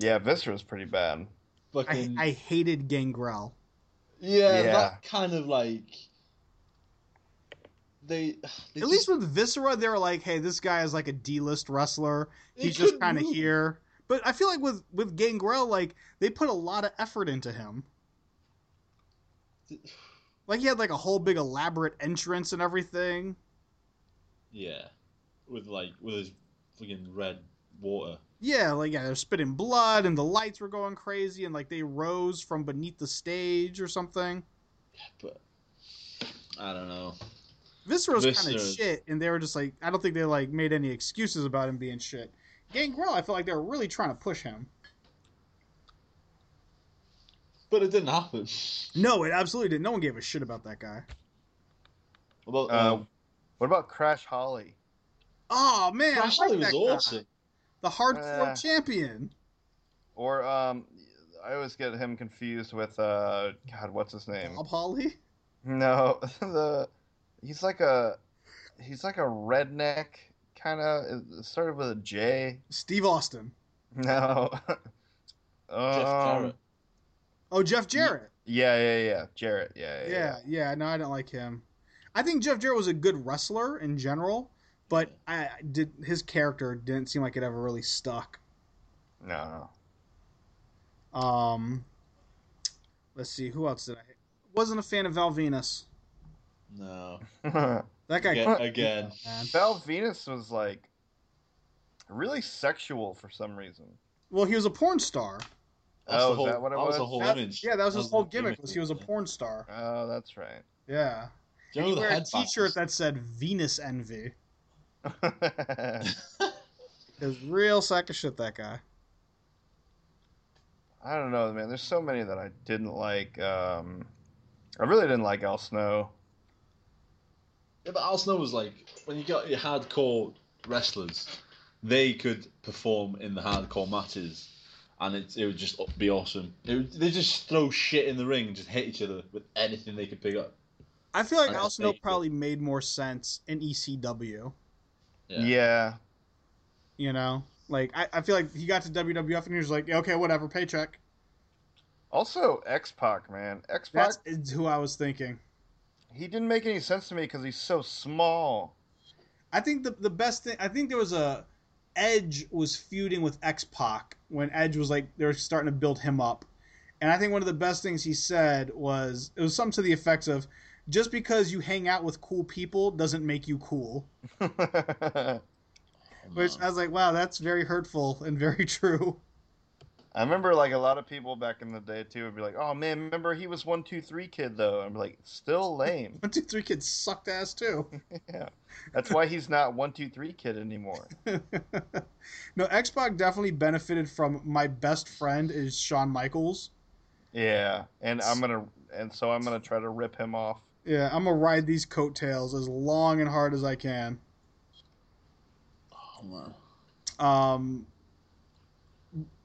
S3: yeah, Viscera's pretty bad.
S2: fucking
S4: I, I hated Gangrel.
S2: Yeah,
S3: Yeah.
S2: that kind of like they. <sighs> they
S4: At least with Viscera, they were like, hey, this guy is like a D list wrestler.
S2: they
S4: he's just
S2: could
S4: kind of
S2: move.
S4: here. But I feel like with with Gangrel, like they put a lot of effort into him. Like he had like a whole big elaborate entrance and everything.
S2: Yeah, with like with his fucking red water.
S4: Yeah, like yeah, they're spitting blood and the lights were going crazy and like they rose from beneath the stage or something.
S2: But I don't know.
S4: Viscera's kind of
S2: Viscera's-
S4: shit, and they were just like, I don't think they like made any excuses about him being shit. Gangrel, I feel like they were really trying to push him.
S2: But it didn't happen. <laughs>
S4: No, it absolutely didn't. No one gave a shit about that guy.
S2: Although,
S3: Uh, what about Crash Holly?
S4: Oh man, I
S2: Crashly
S4: like
S2: was
S4: that guy.
S2: awesome.
S4: The hardcore
S3: Uh.
S4: champion.
S3: Or um, I always get him confused with uh, God, what's his name?
S4: Bob Holly.
S3: No, <laughs> the he's like a he's like a redneck kind of started with a J. <laughs>
S4: Steve Austin.
S3: No.
S2: Jeff
S3: um,
S2: Jarrett.
S4: Oh, Jeff Jarrett.
S3: yeah, yeah, yeah, Jarrett. Yeah, yeah. yeah.
S4: Yeah, yeah. No, I don't like him. I think Jeff Jarrett was a good wrestler in general, but I did his character didn't seem like it ever really stuck.
S3: No, no.
S4: Um, let's see, who else did I? Wasn't a fan of Val Venus.
S2: No.
S4: That guy.
S2: Again. again.
S4: Man.
S3: <laughs>
S4: oh,
S3: Val Venus was like really sexual for some reason.
S4: Well, he was a porn star.
S2: That's
S3: Oh,
S2: the
S3: is
S2: whole,
S3: that what it
S2: was? the
S3: was?
S2: whole
S4: That-
S2: image.
S4: yeah, that was his whole
S2: the
S4: gimmick was he was a
S2: yeah.
S4: porn star.
S3: Oh, that's right. <laughs>
S4: Yeah.
S2: Do you
S4: he
S2: know the
S4: wore a
S2: head backwards?
S4: T-shirt that said Venus Envy. It was real sack of shit. That guy.
S3: I don't know, man. There's so many that I didn't like. Um, I really didn't like Al Snow.
S2: Yeah, but Al Snow was like when you got your hardcore wrestlers, they could perform in the hardcore matches, and it, it would just be awesome. It would, they just throw shit in the ring and just hit each other with anything they could pick up.
S4: I feel like
S2: I
S4: Al Snow
S2: think-
S4: probably made more sense in E ECW.
S2: Yeah.
S3: yeah.
S4: You know, like I, I feel like he got to WWF and he was like, "Yeah, okay, whatever, paycheck.
S3: Also, X Pac, man. X Pac,
S4: That's is who I was thinking.
S3: he didn't make any sense to me because he's so small. <laughs>
S4: I think the the best thing. I think there was a Edge was feuding with X Pac when Edge was like they were starting to build him up, and I think one of the best things he said was it was something to the effects of, "Just because you hang out with cool people doesn't make you cool."
S3: I
S2: Oh,
S4: Which I was like, "Wow, that's very hurtful and very <laughs> true."
S3: remember, like, a lot of people back in the day, too, would be like, oh, man, remember he was 123 kid, though? I'm like, still lame.
S4: One two three kids sucked ass too.
S3: yeah. That's why he's not 123 kid anymore.
S4: <laughs> no, X Pac definitely benefited from my best friend is Shawn Michaels.
S3: Yeah. And I'm going to, and so I'm going to try to rip him off.
S4: Yeah, I'm gonna ride these coattails as long and hard as I can.
S2: Oh, man.
S4: Um,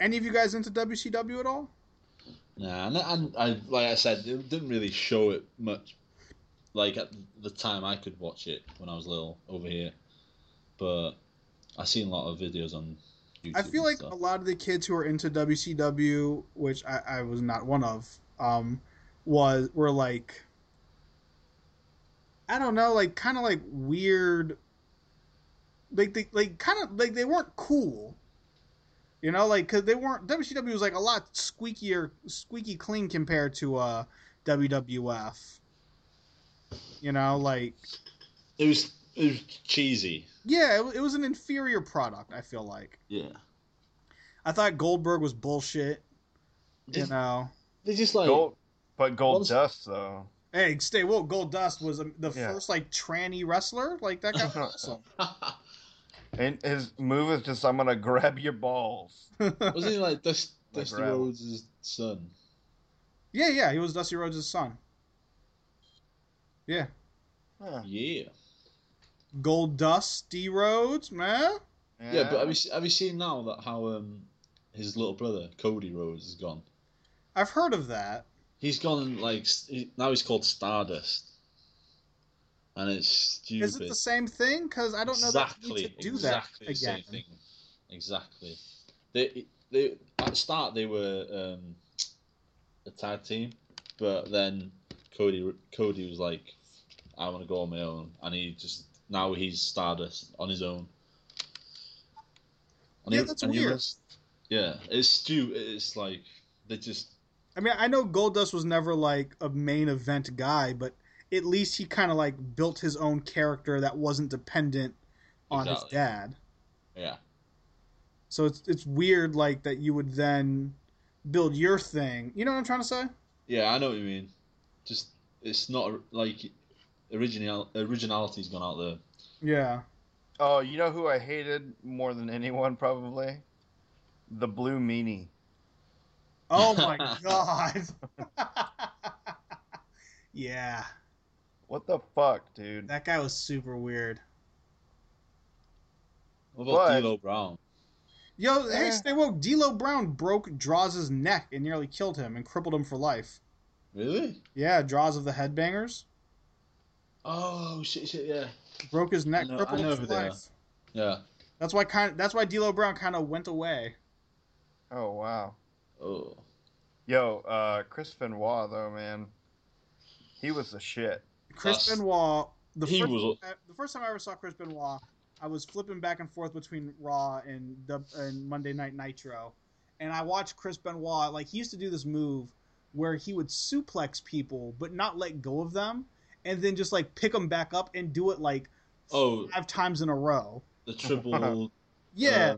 S4: any of you guys into WCW at all?
S2: Nah, and, and I like I said, it didn't really show it much. Like at the time, I could watch it when I was little over here, but I seen a lot of videos on. YouTube
S4: I feel like
S2: and
S4: a
S2: stuff.
S4: lot of the kids who are into WCW, which I, I was not one of, um, was were like, I don't know, like kind of like weird, like they like kind of like they weren't cool, you know, like because they weren't WCW was like a lot squeakier, squeaky clean compared to uh WWF, you know, like
S2: it was it was cheesy.
S4: Yeah, it, wa- it was an inferior product. I feel like
S2: Yeah,
S4: I thought Goldberg was bullshit. You
S2: Just-
S4: know,
S2: they just like
S3: Gold, but Gold
S2: Once-
S3: Dust, though.
S4: hey, stay woke. Gold Dust was um, the
S3: Yeah.
S4: first like tranny wrestler. Like that guy was awesome.
S3: And his move is just, I'm going to grab
S2: <laughs>
S3: your balls.
S2: <laughs> Wasn't he like Dust,
S3: Like
S2: Dusty
S3: Raoul.
S2: Rhodes' son?
S4: Yeah, yeah, he was Dusty Rhodes' son. Yeah,
S3: Huh.
S2: Yeah.
S4: Gold Dusty Rhodes, man.
S2: yeah. but have you, se- have you seen now that how um his little brother Cody Rhodes is gone?
S4: I've heard of that.
S2: He's gone like s- he- now he's called Stardust, and it's stupid.
S4: Is it the same thing? Because I don't know that you need to do
S2: exactly
S4: that again.
S2: The same thing. Exactly. They they at the start they were um, a tag team, but then Cody Cody was like, I want to go on my own, and he just now he's Stardust on his own.
S4: Yeah,
S2: he-
S4: that's
S2: and he
S4: weird.
S2: was- yeah, it's stupid. It's like they just
S4: I mean, I know Goldust was never like a main event guy, but at least he kind of like built his own character that wasn't dependent on his
S2: Exactly.
S4: dad.
S2: Yeah.
S4: So it's it's weird like that you would then build your thing. You know what I'm trying to say?
S2: Yeah, I know what you mean. Just it's not like original originality's gone out there.
S4: Yeah.
S3: Oh, you know who I hated more than anyone probably? The Blue Meanie.
S4: Oh my god. <laughs> yeah.
S3: What the fuck, dude?
S4: That guy was super weird.
S2: What about
S3: But-
S2: D'Lo Brown?
S4: Yo, hey,
S3: Eh.
S4: stay woke. D'Lo Brown broke Draws's neck and nearly killed him and crippled him for life.
S2: Really?
S4: Yeah, Draws of the Headbangers
S2: Oh shit, shit, yeah,
S4: broke his neck,
S2: I know-
S4: crippled
S2: I know
S4: him
S2: who
S4: for
S2: they are.
S4: life.
S2: yeah.
S4: That's why kind. that's why D'Lo Brown kind of went away.
S3: Oh wow.
S2: Oh,
S3: Yo, uh, Chris Benoit though, man, he was the shit. <laughs>
S4: Chris
S2: That's-
S4: Benoit. The
S2: he
S4: first,
S2: was-
S4: time I- the first time I ever saw Chris Benoit, I was flipping back and forth between Raw and Dub- and Monday Night Nitro, and I watched Chris Benoit. Like he used to do this move where he would suplex people but not let go of them, and then just like pick them back up and do it like
S2: oh,
S4: five times in a row.
S2: the
S4: <laughs>
S2: triple,
S4: Yeah,
S2: Uh,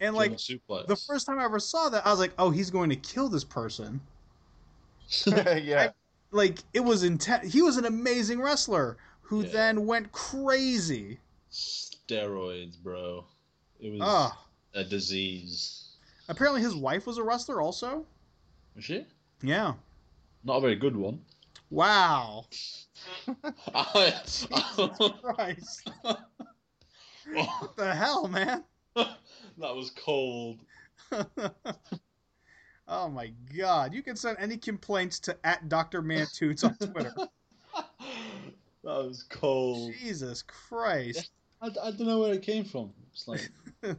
S4: and like
S2: triple suplex.
S4: the first time I ever saw that, I was like, oh, he's going to kill this person.
S3: yeah.
S4: Like it was intense. He was an amazing wrestler who
S2: Yeah.
S4: then went crazy.
S2: <laughs> steroids, bro. It was
S4: Ugh.
S2: a disease.
S4: Apparently, his wife was a wrestler, also.
S2: Was she?
S4: Yeah.
S2: Not a very good
S4: <laughs>
S2: one. <laughs>
S4: Wow. <laughs>
S2: I,
S4: Christ. What the hell, man? <laughs>
S2: that was cold. <laughs>
S4: oh my God! You can send any complaints to at Doctor Mantoots on Twitter.
S2: that was cold.
S4: Jesus Christ!
S2: I, I don't know where it came from. It's like <laughs>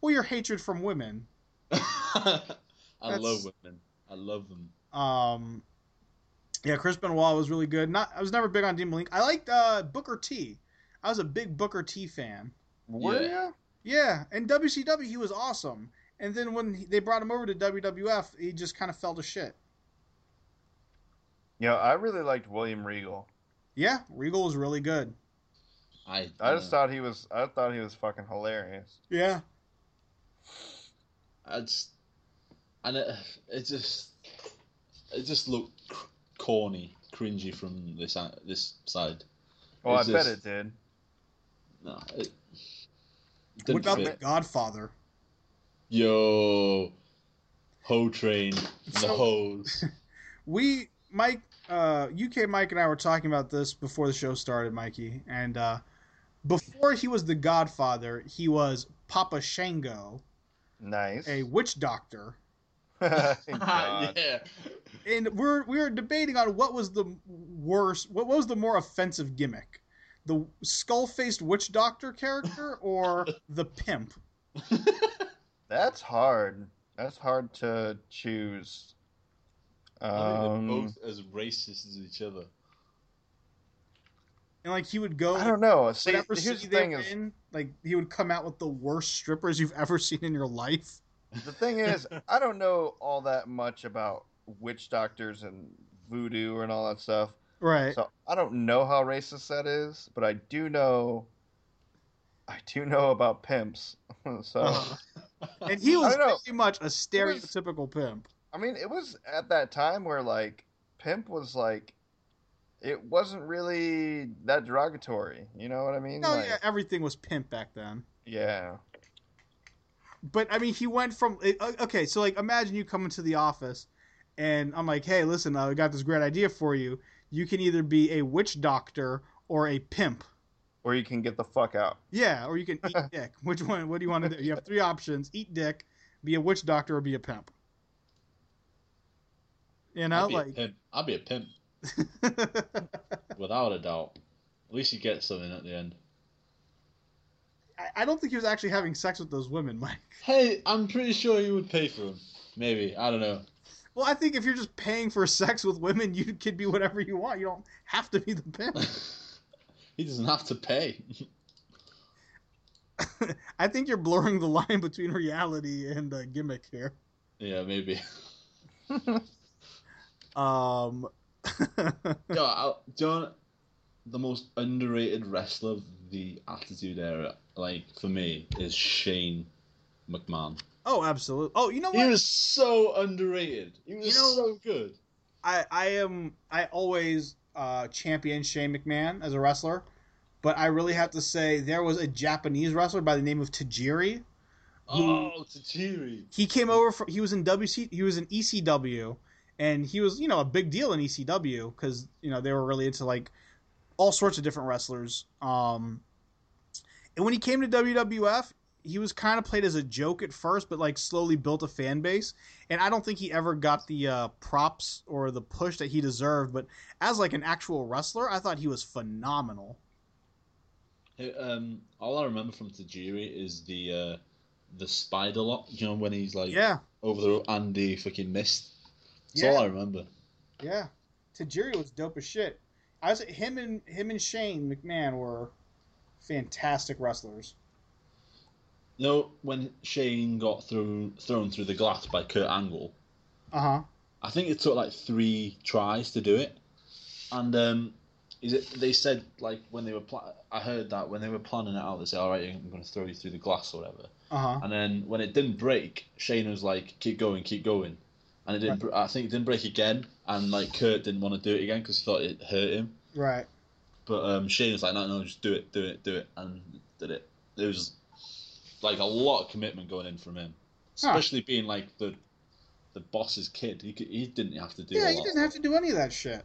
S4: Well, your hatred from women.
S2: I
S4: That's-
S2: love women. I love them.
S4: Um, yeah, Chris Benoit was really good. Not, I was never big on Dean Malink. I liked uh, Booker T. I was a big Booker T fan.
S3: Were
S2: Yeah.
S3: ya?
S4: Yeah, and WCW he was awesome. And then when he, they brought him over to WWF, he just kind of fell to shit.
S3: Yo, I really liked William Regal.
S4: Yeah, Regal was really good.
S2: I
S3: I just thought he was. I thought he was fucking hilarious.
S4: Yeah.
S2: I just and it, it just it just looked cr- corny, cringy from this a- this side.
S3: Well,
S2: It's
S3: Oh, I bet
S2: just-
S3: it did.
S2: No, it
S4: What
S2: didn't
S4: about
S2: fit.
S4: the Godfather?
S2: Yo, hoe train, the
S4: So- <laughs>
S2: hoes. <laughs>
S4: We Mike, uh, UK Mike and I were talking about this before the show started, Mikey, and uh, before he was the Godfather, he was Papa Shango,
S3: Nice. <laughs>
S4: a witch doctor.
S2: <laughs>
S3: God.
S2: yeah,
S4: and we're we were debating on what was the worse, what was the more offensive gimmick, the skull-faced witch doctor character or the pimp?
S3: That's hard. That's hard to choose.
S2: I think
S3: Um,
S2: they're both as racist as each other.
S4: And like he would go,
S3: I don't know. See,
S4: whatever
S3: here's the
S4: city they
S3: thing
S4: were
S3: is,
S4: in, like he would come out with the worst strippers you've ever seen in your life.
S3: the thing is, I don't know all that much about witch doctors and voodoo and all that stuff.
S4: Right.
S3: So I don't know how racist that is, but I do know. I do know about pimps. <laughs> so
S2: <laughs>
S4: Uh-huh. and he
S3: I
S4: was
S3: don't know.
S4: pretty much a stereotypical pimp.
S3: I mean, it was at that time where like pimp was like, it wasn't really that derogatory. You know what I mean?
S4: No,
S3: Like,
S4: yeah, everything was pimp back then.
S3: yeah.
S4: But I mean, he went from it- o- okay. So like, imagine you come into the office, and I'm like, hey, listen, I got this great idea for you. You can either be a witch doctor or a pimp.
S3: Or you can get the fuck out.
S4: Yeah, or you can eat dick. Which one? What do you want to do? You have three options: eat dick, be a witch doctor, or be a pimp. You know,
S2: I'd be a
S4: like
S2: pimp. I'd be a pimp without a doubt. At least you get something at the end.
S4: I, I don't think he was actually having sex with those women, Mike.
S2: Hey, I'm pretty sure you would pay for him. Maybe I don't know.
S4: Well, I think if you're just paying for sex with women, you could be whatever you want. You don't have to be the pimp.
S2: <laughs> he doesn't have to pay.
S4: I think you're blurring the line between reality and uh, gimmick here.
S2: yeah,
S4: <laughs>
S2: maybe.
S4: Um,
S2: Yo, I, do you know, the most underrated wrestler of the Attitude Era, like for me, is Shane McMahon.
S4: Oh, absolutely. Oh, you know
S2: He
S4: what?
S2: was so underrated. He was
S4: You know-
S2: so good.
S4: I, I am I always uh, champion Shane McMahon as a wrestler, but I really have to say there was a Japanese wrestler by the name of Tajiri.
S2: Oh, Tajiri.
S4: He came over from he was in WC he was in ECW, and he was you know a big deal in E ECW because you know they were really into like all sorts of different wrestlers. Um, and when he came to WWF, he was kind of played as a joke at first, but like slowly built a fan base. And I don't think he ever got the uh, props or the push that he deserved. But as like an actual wrestler, I thought he was phenomenal.
S2: Hey, Um, all I remember from Tajiri is the uh, the spider lock. You know when he's like
S4: Yeah,
S2: over the rope and he fucking missed. That's
S4: Yeah.
S2: all I remember.
S4: yeah. Tajiri was dope as shit. I was him and him and Shane McMahon were fantastic wrestlers.
S2: You know when Shane got through thrown through the glass by Kurt Angle.
S4: Uh huh.
S2: I think it took like three tries to do it, and um, is it? They said like when they were pla- I heard that when they were planning it out, they said, "All right, I'm going to throw you through the glass or whatever."
S4: Uh huh.
S2: And then when it didn't break, Shane was like, "Keep going, keep going," and it didn't. br I think it didn't break again, and like Kurt didn't want to do it again because he thought it hurt him.
S4: Right.
S2: But um, Shane was like, "No, no, just do it, do it, do it," and did it. There was like a lot of commitment going in from him,
S4: Huh.
S2: especially being like the the boss's kid. He, could, he didn't have to do.
S4: Yeah,
S2: a
S4: you
S2: lot.
S4: didn't have to do any of that shit.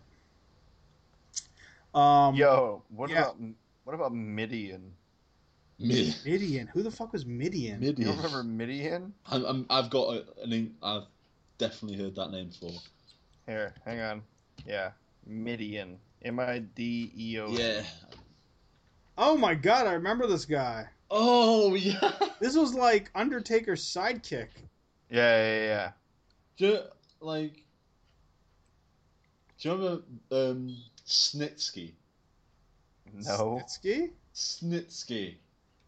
S4: Um,
S3: Yo, what
S4: Yeah.
S3: about what about Midian?
S2: Me.
S4: Midian. Who the fuck was Midian?
S3: You don't remember Midian?
S2: I'm, I'm, I've got a, an. in- I've definitely heard that name before.
S3: Here, hang on. Yeah, Midian. M I D E O. N.
S2: Yeah.
S4: oh my god, I remember this guy.
S2: Oh <laughs> yeah.
S4: This was like Undertaker's sidekick.
S3: Yeah, yeah, yeah.
S2: Do you, like. Do you remember um, Snitsky?
S3: No.
S4: Snitsky?
S2: Snitsky.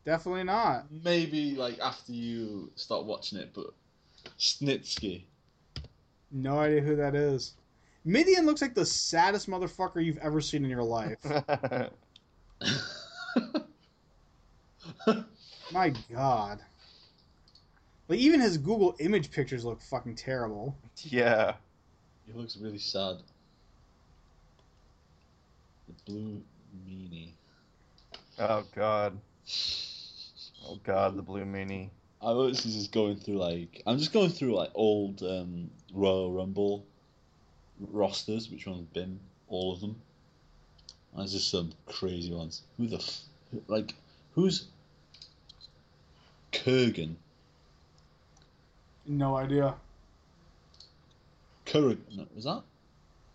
S4: Definitely not.
S2: Maybe like after you start watching it, but Snitsky. <laughs>
S4: No idea who that is. Midian looks like the saddest motherfucker you've ever seen in your life.
S3: <laughs>
S4: my god. Like even his Google image pictures look fucking terrible.
S3: yeah.
S2: He looks really sad. The blue meanie.
S3: Oh God. Oh God, the blue meanie.
S2: I was just going through like I'm just going through like old um, Royal Rumble rosters, which one's been all of them. And There's just some crazy ones. Who the f- like who's Kurgan?
S4: No idea.
S2: Kurgan no, is that?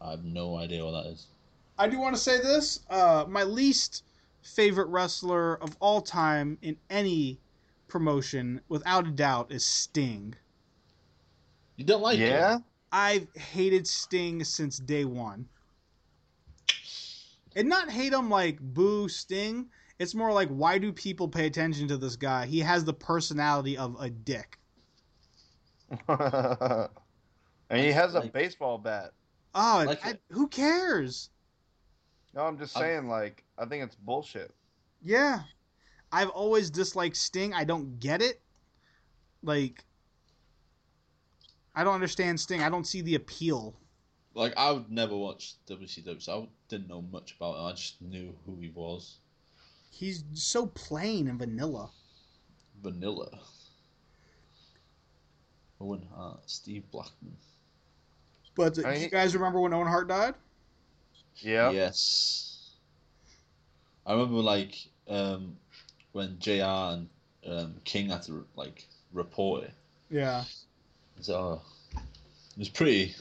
S2: I have no idea what that is.
S4: I do want to say this. Uh, my least favorite wrestler of all time in any promotion, without a doubt, is Sting.
S2: You don't like
S3: yeah. <laughs>
S2: it?
S4: I've hated Sting since day one. And not hate him like boo Sting. It's more like why do people pay attention to this guy? He has the personality of a dick.
S3: and he has a
S2: Like-
S3: baseball bat.
S4: Oh,
S2: Like
S4: I-
S2: it.
S4: who cares?
S3: No, I'm just
S2: I'm-
S3: saying, like, I think it's bullshit.
S4: Yeah. I've always disliked Sting. I don't get it. Like I don't understand Sting. I don't see the appeal.
S2: Like I would never watch WCW. So I didn't know much about him. I just knew who he was.
S4: He's so plain and vanilla.
S2: Vanilla. Owen Hart, Steve Blackman.
S4: But uh,
S3: I-
S4: do you guys remember when Owen Hart died?
S3: Yeah.
S2: Yes. I remember like um, when JR and um, King had to like report it.
S4: Yeah.
S2: So uh, it was pretty.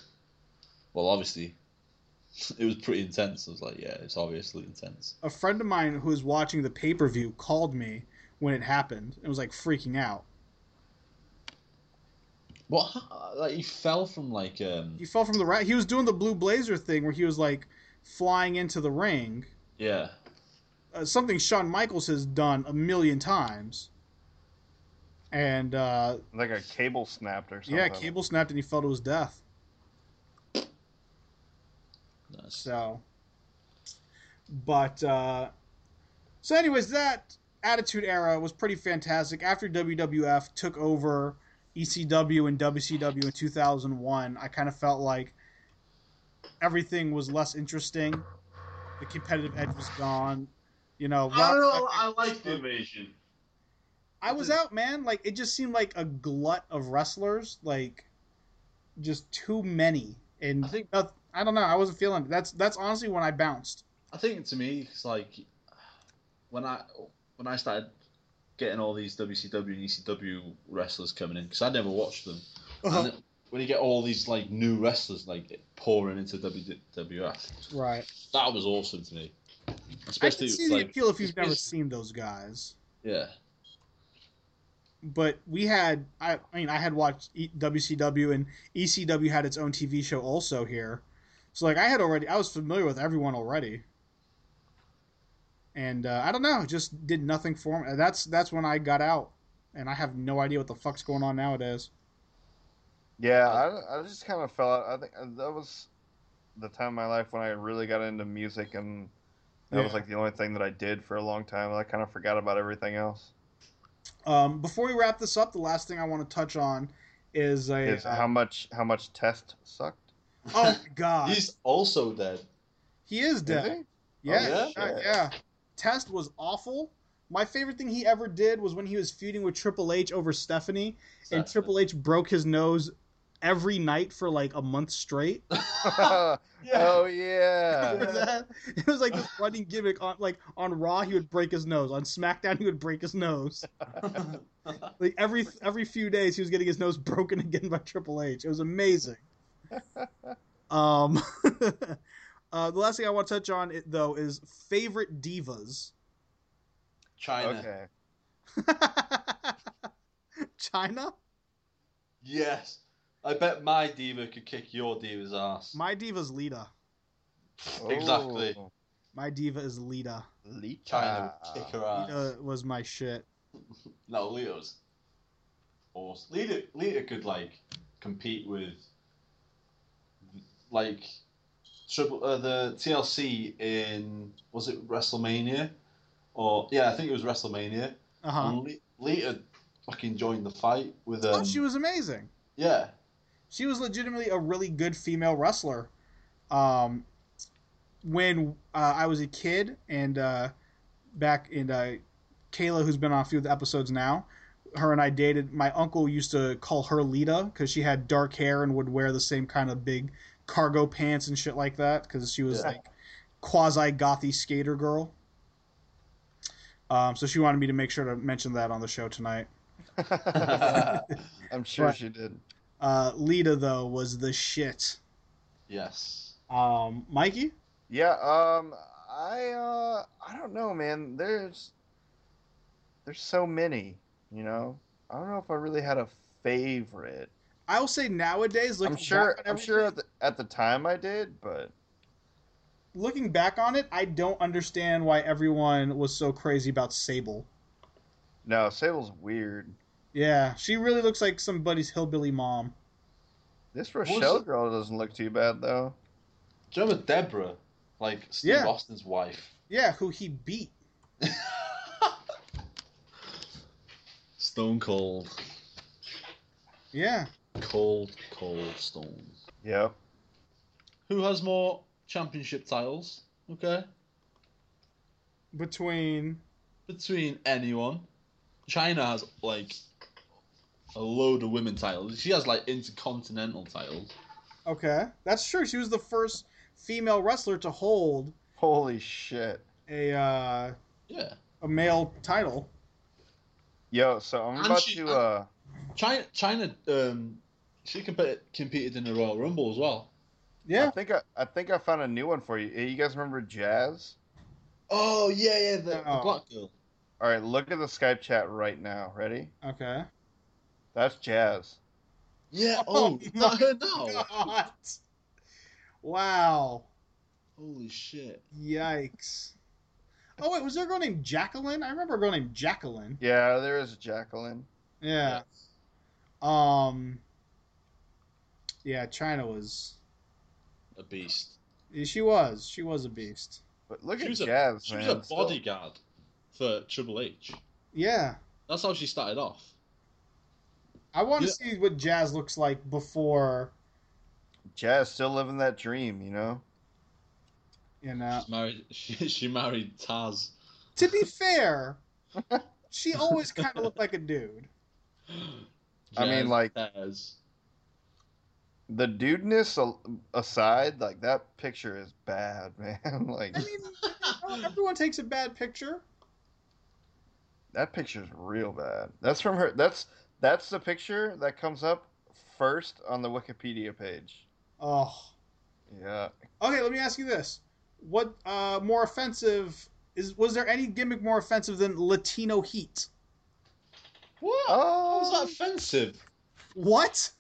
S2: Well, obviously, <laughs> it was pretty intense. I was like, yeah, it's obviously intense.
S4: a friend of mine who was watching the pay per view called me when it happened and was like freaking out.
S2: What? ha- Like he fell from like um
S4: He fell from the right. He was doing the blue blazer thing where he was like flying into the ring,
S2: yeah.
S4: uh, something Shawn Michaels has done a million times. And uh,
S3: Like a cable snapped or something.
S4: yeah, cable snapped and he fell to his death.
S2: That's,
S4: So, But uh, so, anyways, that Attitude Era was pretty fantastic. After WWF took over ECW and WCW in 2001, I kind of felt like everything was less interesting. The competitive edge was gone. You know,
S2: I don't
S4: Rock-
S2: know. I like the invasion.
S4: I was out, man. Like it just seemed like a glut of wrestlers, like just too many. And
S2: I think-
S4: noth- I don't know. I wasn't feeling. It. That's that's honestly when I bounced.
S2: I think to me, it's like when I when I started getting all these WCW and ECW wrestlers coming in because I never watched them. And then when you get all these like new wrestlers like pouring into WWF,
S4: Right.
S2: that was awesome to me.
S4: I can
S2: Especially
S4: see the
S2: like
S4: appeal if you've
S2: especially-
S4: never seen those guys.
S2: yeah,
S4: But we had, I, I mean, I had watched E- WCW and ECW had its own TV show also here, so like I had already, I was familiar with everyone already. And uh, I don't know, it just did nothing for me. That's that's when I got out, and I have no idea what the fuck's going on nowadays.
S3: Yeah, I, I just kind of fell out. I think uh, that was the time in my life when I really got into music, and that was
S4: Yeah.
S3: like the only thing that I did for a long time. and I kind of forgot about everything else.
S4: Um, before we wrap this up, the last thing I want to touch on is a uh,
S3: Is how much how much Test sucked?
S4: oh my
S3: <laughs>
S4: god,
S2: he's also dead.
S4: he is
S3: Did
S4: dead.
S3: he?
S4: Yeah,
S3: Oh,
S4: yeah,
S3: yeah?
S4: Uh, yeah. Test was awful. My favorite thing he ever did was when he was feuding with Triple H over Stephanie, and
S2: Sad.
S4: Triple H broke his nose every night for like a month straight.
S3: <laughs> Oh
S4: <laughs> Remember <laughs>
S3: yeah.
S4: that? It was like this running gimmick on like on Raw he would break his nose, on SmackDown he would break his nose. Like every every few days he was getting his nose <laughs> broken again by Triple H. It was <laughs> amazing. Um, <laughs> uh, the last thing I want to touch on it, though is favorite divas.
S2: <laughs> China.
S3: okay.
S4: China?
S2: Yes, I bet my diva could kick your diva's ass.
S4: My diva's Lita.
S2: Exactly.
S3: Oh,
S4: My diva is Lita.
S3: Lita.
S2: China
S4: Ah.
S2: would kick her ass.
S4: Lita was my shit.
S2: No, Lita's awesome. Lita, Lita could like compete with like triple uh, the TLC in was it WrestleMania or yeah I think it was WrestleMania.
S4: Uh huh.
S2: And Le- Lita fucking joined the fight with um,
S4: Oh, she was amazing.
S2: yeah
S4: She was legitimately a really good female wrestler. Um, when uh, I was a kid, and uh, back in uh, Kayla, who's been on a few of the episodes now, her and I dated. My uncle used to call her Lita because she had dark hair and would wear the same kind of big cargo pants and shit like that because she was
S2: Yeah.
S4: like quasi gothy skater girl. Um, so she wanted me to make sure to mention that on the show tonight.
S3: Ah. <laughs> I'm sure
S4: Right.
S3: she did.
S4: Uh, Lita though was the shit.
S2: <laughs> yes
S4: Um, Mikey.
S3: Yeah, um I uh I don't know, man. There's there's so many, you know. I don't know if I really had a favorite.
S4: I will say nowadays, looking
S3: I'm sure
S4: back on
S3: I'm
S4: everything-
S3: sure at the, at the time I did, but
S4: looking back on it, I don't understand why everyone was so crazy about Sable.
S3: no, Sable's weird.
S4: Yeah, she really looks like somebody's hillbilly mom.
S3: This
S2: was
S3: Rochelle
S2: it?
S3: girl doesn't look too bad though.
S2: do you remember Deborah like Steve
S4: Yeah.
S2: Austin's wife
S4: Yeah, who he beat.
S2: <laughs> Stone Cold
S4: Yeah.
S2: cold cold Stone
S3: Yep.
S2: Who has more championship titles? Okay.
S4: Between
S2: Between anyone. China has like a load of women titles. She has like intercontinental titles.
S4: okay, that's true. She was the first female wrestler to hold
S3: Holy shit.
S4: a uh,
S2: Yeah.
S4: a male title.
S3: Yo, so I'm
S2: And
S3: about
S2: she-
S3: to uh
S2: China China um she competed competed in the Royal Rumble as well.
S3: I
S4: Yeah.
S3: think I, I think I found a new one for you. You guys remember Jazz?
S2: Oh yeah, yeah, the,
S4: Oh.
S2: the black girl.
S3: All right, look at the Skype chat right now. Ready?
S4: Okay.
S3: That's Jazz.
S2: Yeah,
S4: <laughs> Oh
S2: oh, no,
S4: my <laughs>
S2: no.
S4: God. Wow.
S2: Holy shit.
S4: Yikes. Oh wait, was there a girl named Jacqueline? I remember a girl named Jacqueline.
S3: Yeah, there is Jacqueline.
S4: Yeah. Um. Yeah, China was.
S2: A beast.
S4: She was. She was a beast.
S3: But look
S2: She
S3: at
S2: was a-
S3: Jazz,
S2: She
S3: man.
S2: was a
S3: Still-
S2: bodyguard for Triple H.
S4: Yeah,
S2: That's how she started off.
S4: I want
S2: Yeah.
S4: to see what Jazz looks like before
S3: Jazz still living that dream, you know.
S4: you know.
S2: She's married. <laughs> She, she married Taz.
S4: To be fair, she always kind of looked like a dude.
S3: I mean,
S2: Jazz
S3: like-
S4: <laughs>
S2: Taz.
S3: The dudeness a- aside, like that picture is bad, <laughs> man. like
S4: I mean, everyone takes a bad picture.
S3: that picture's real bad. That's from her. That's that's the picture that comes up first on the Wikipedia page.
S4: Oh,
S3: Yeah.
S4: okay. Let me ask you this: What uh, more offensive is? Was there any gimmick more offensive than Latino heat?
S2: What? How was that
S3: Oh,
S2: offensive?
S4: What?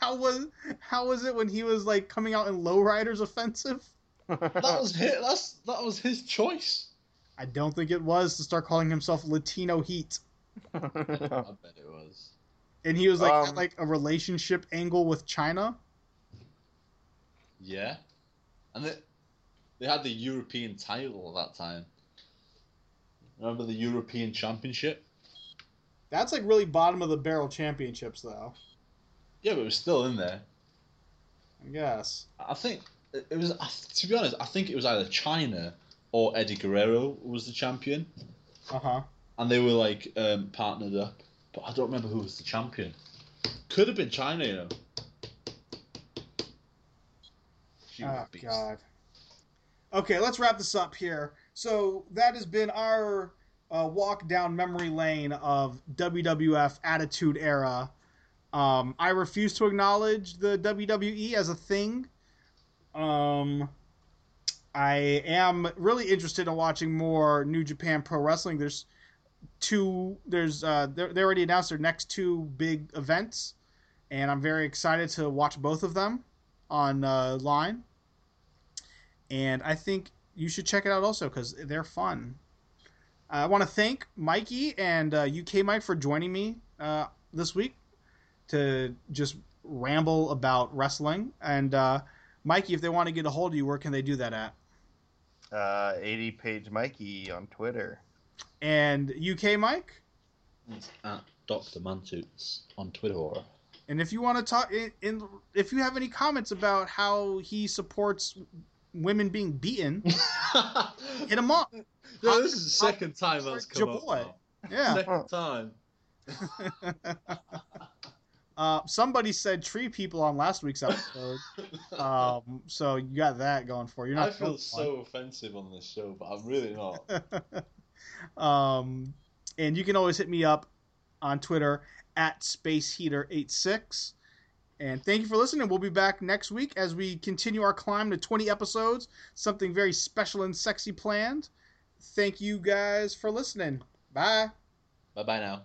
S4: how was how was it when he was like coming out in lowriders offensive?
S3: Oh!
S2: That was his, that's that was his choice.
S4: I don't think it was to start calling himself Latino heat.
S3: <laughs>
S2: I bet it was.
S4: And he was like at,
S3: Um,
S4: like a relationship angle with China.
S2: Yeah, and they they had the European title at that time. Remember the European Championship?
S4: That's like really bottom of the barrel championships though.
S2: Yeah, but it was still in there.
S4: I guess.
S2: I think it it was. I- To be honest, I think it was either China or Eddie Guerrero was the champion,
S4: Uh huh.
S2: and they were like um, partnered up. But I don't remember who was the champion. Could have been China, you know. She was
S4: Oh
S2: a beast.
S4: God. Okay, let's wrap this up here. So that has been our uh, walk down memory lane of WWF Attitude Era. Um, I refuse to acknowledge the WWE as a thing. Um, I am really interested in watching more New Japan Pro Wrestling. There's two. There's uh, they they already announced their next two big events, and I'm very excited to watch both of them on uh, line, and I think you should check it out also because they're fun. Uh, I want to thank Mikey and uh, UK Mike for joining me uh, this week to just ramble about wrestling. And uh, Mikey, if they want to get a hold of you, where can they do that at?
S3: uh, 80 page Mikey on Twitter.
S4: And UK Mike,
S2: It's at Doctor Mantoots on
S4: <laughs>
S2: Twitter.
S4: and if you want to talk, in, in, if you have any comments about how he supports women being beaten, hit him up.
S2: No, this is the second time that's
S4: Your
S2: come up.
S4: boy.
S2: now.
S4: Yeah.
S2: Second
S4: <laughs> Oh.
S2: time.
S4: Uh, somebody said tree people on last week's episode, um, so you got that going for you. You're not
S2: I feel
S4: the
S2: so offensive on this show, but I'm really not.
S4: <laughs> one. um, and you can always hit me up on Twitter at spaceheater86. And thank you for listening. We'll be back next week as we continue our climb to 20 episodes. Something very special and sexy planned. Thank you guys for listening. Bye.
S2: Bye bye now.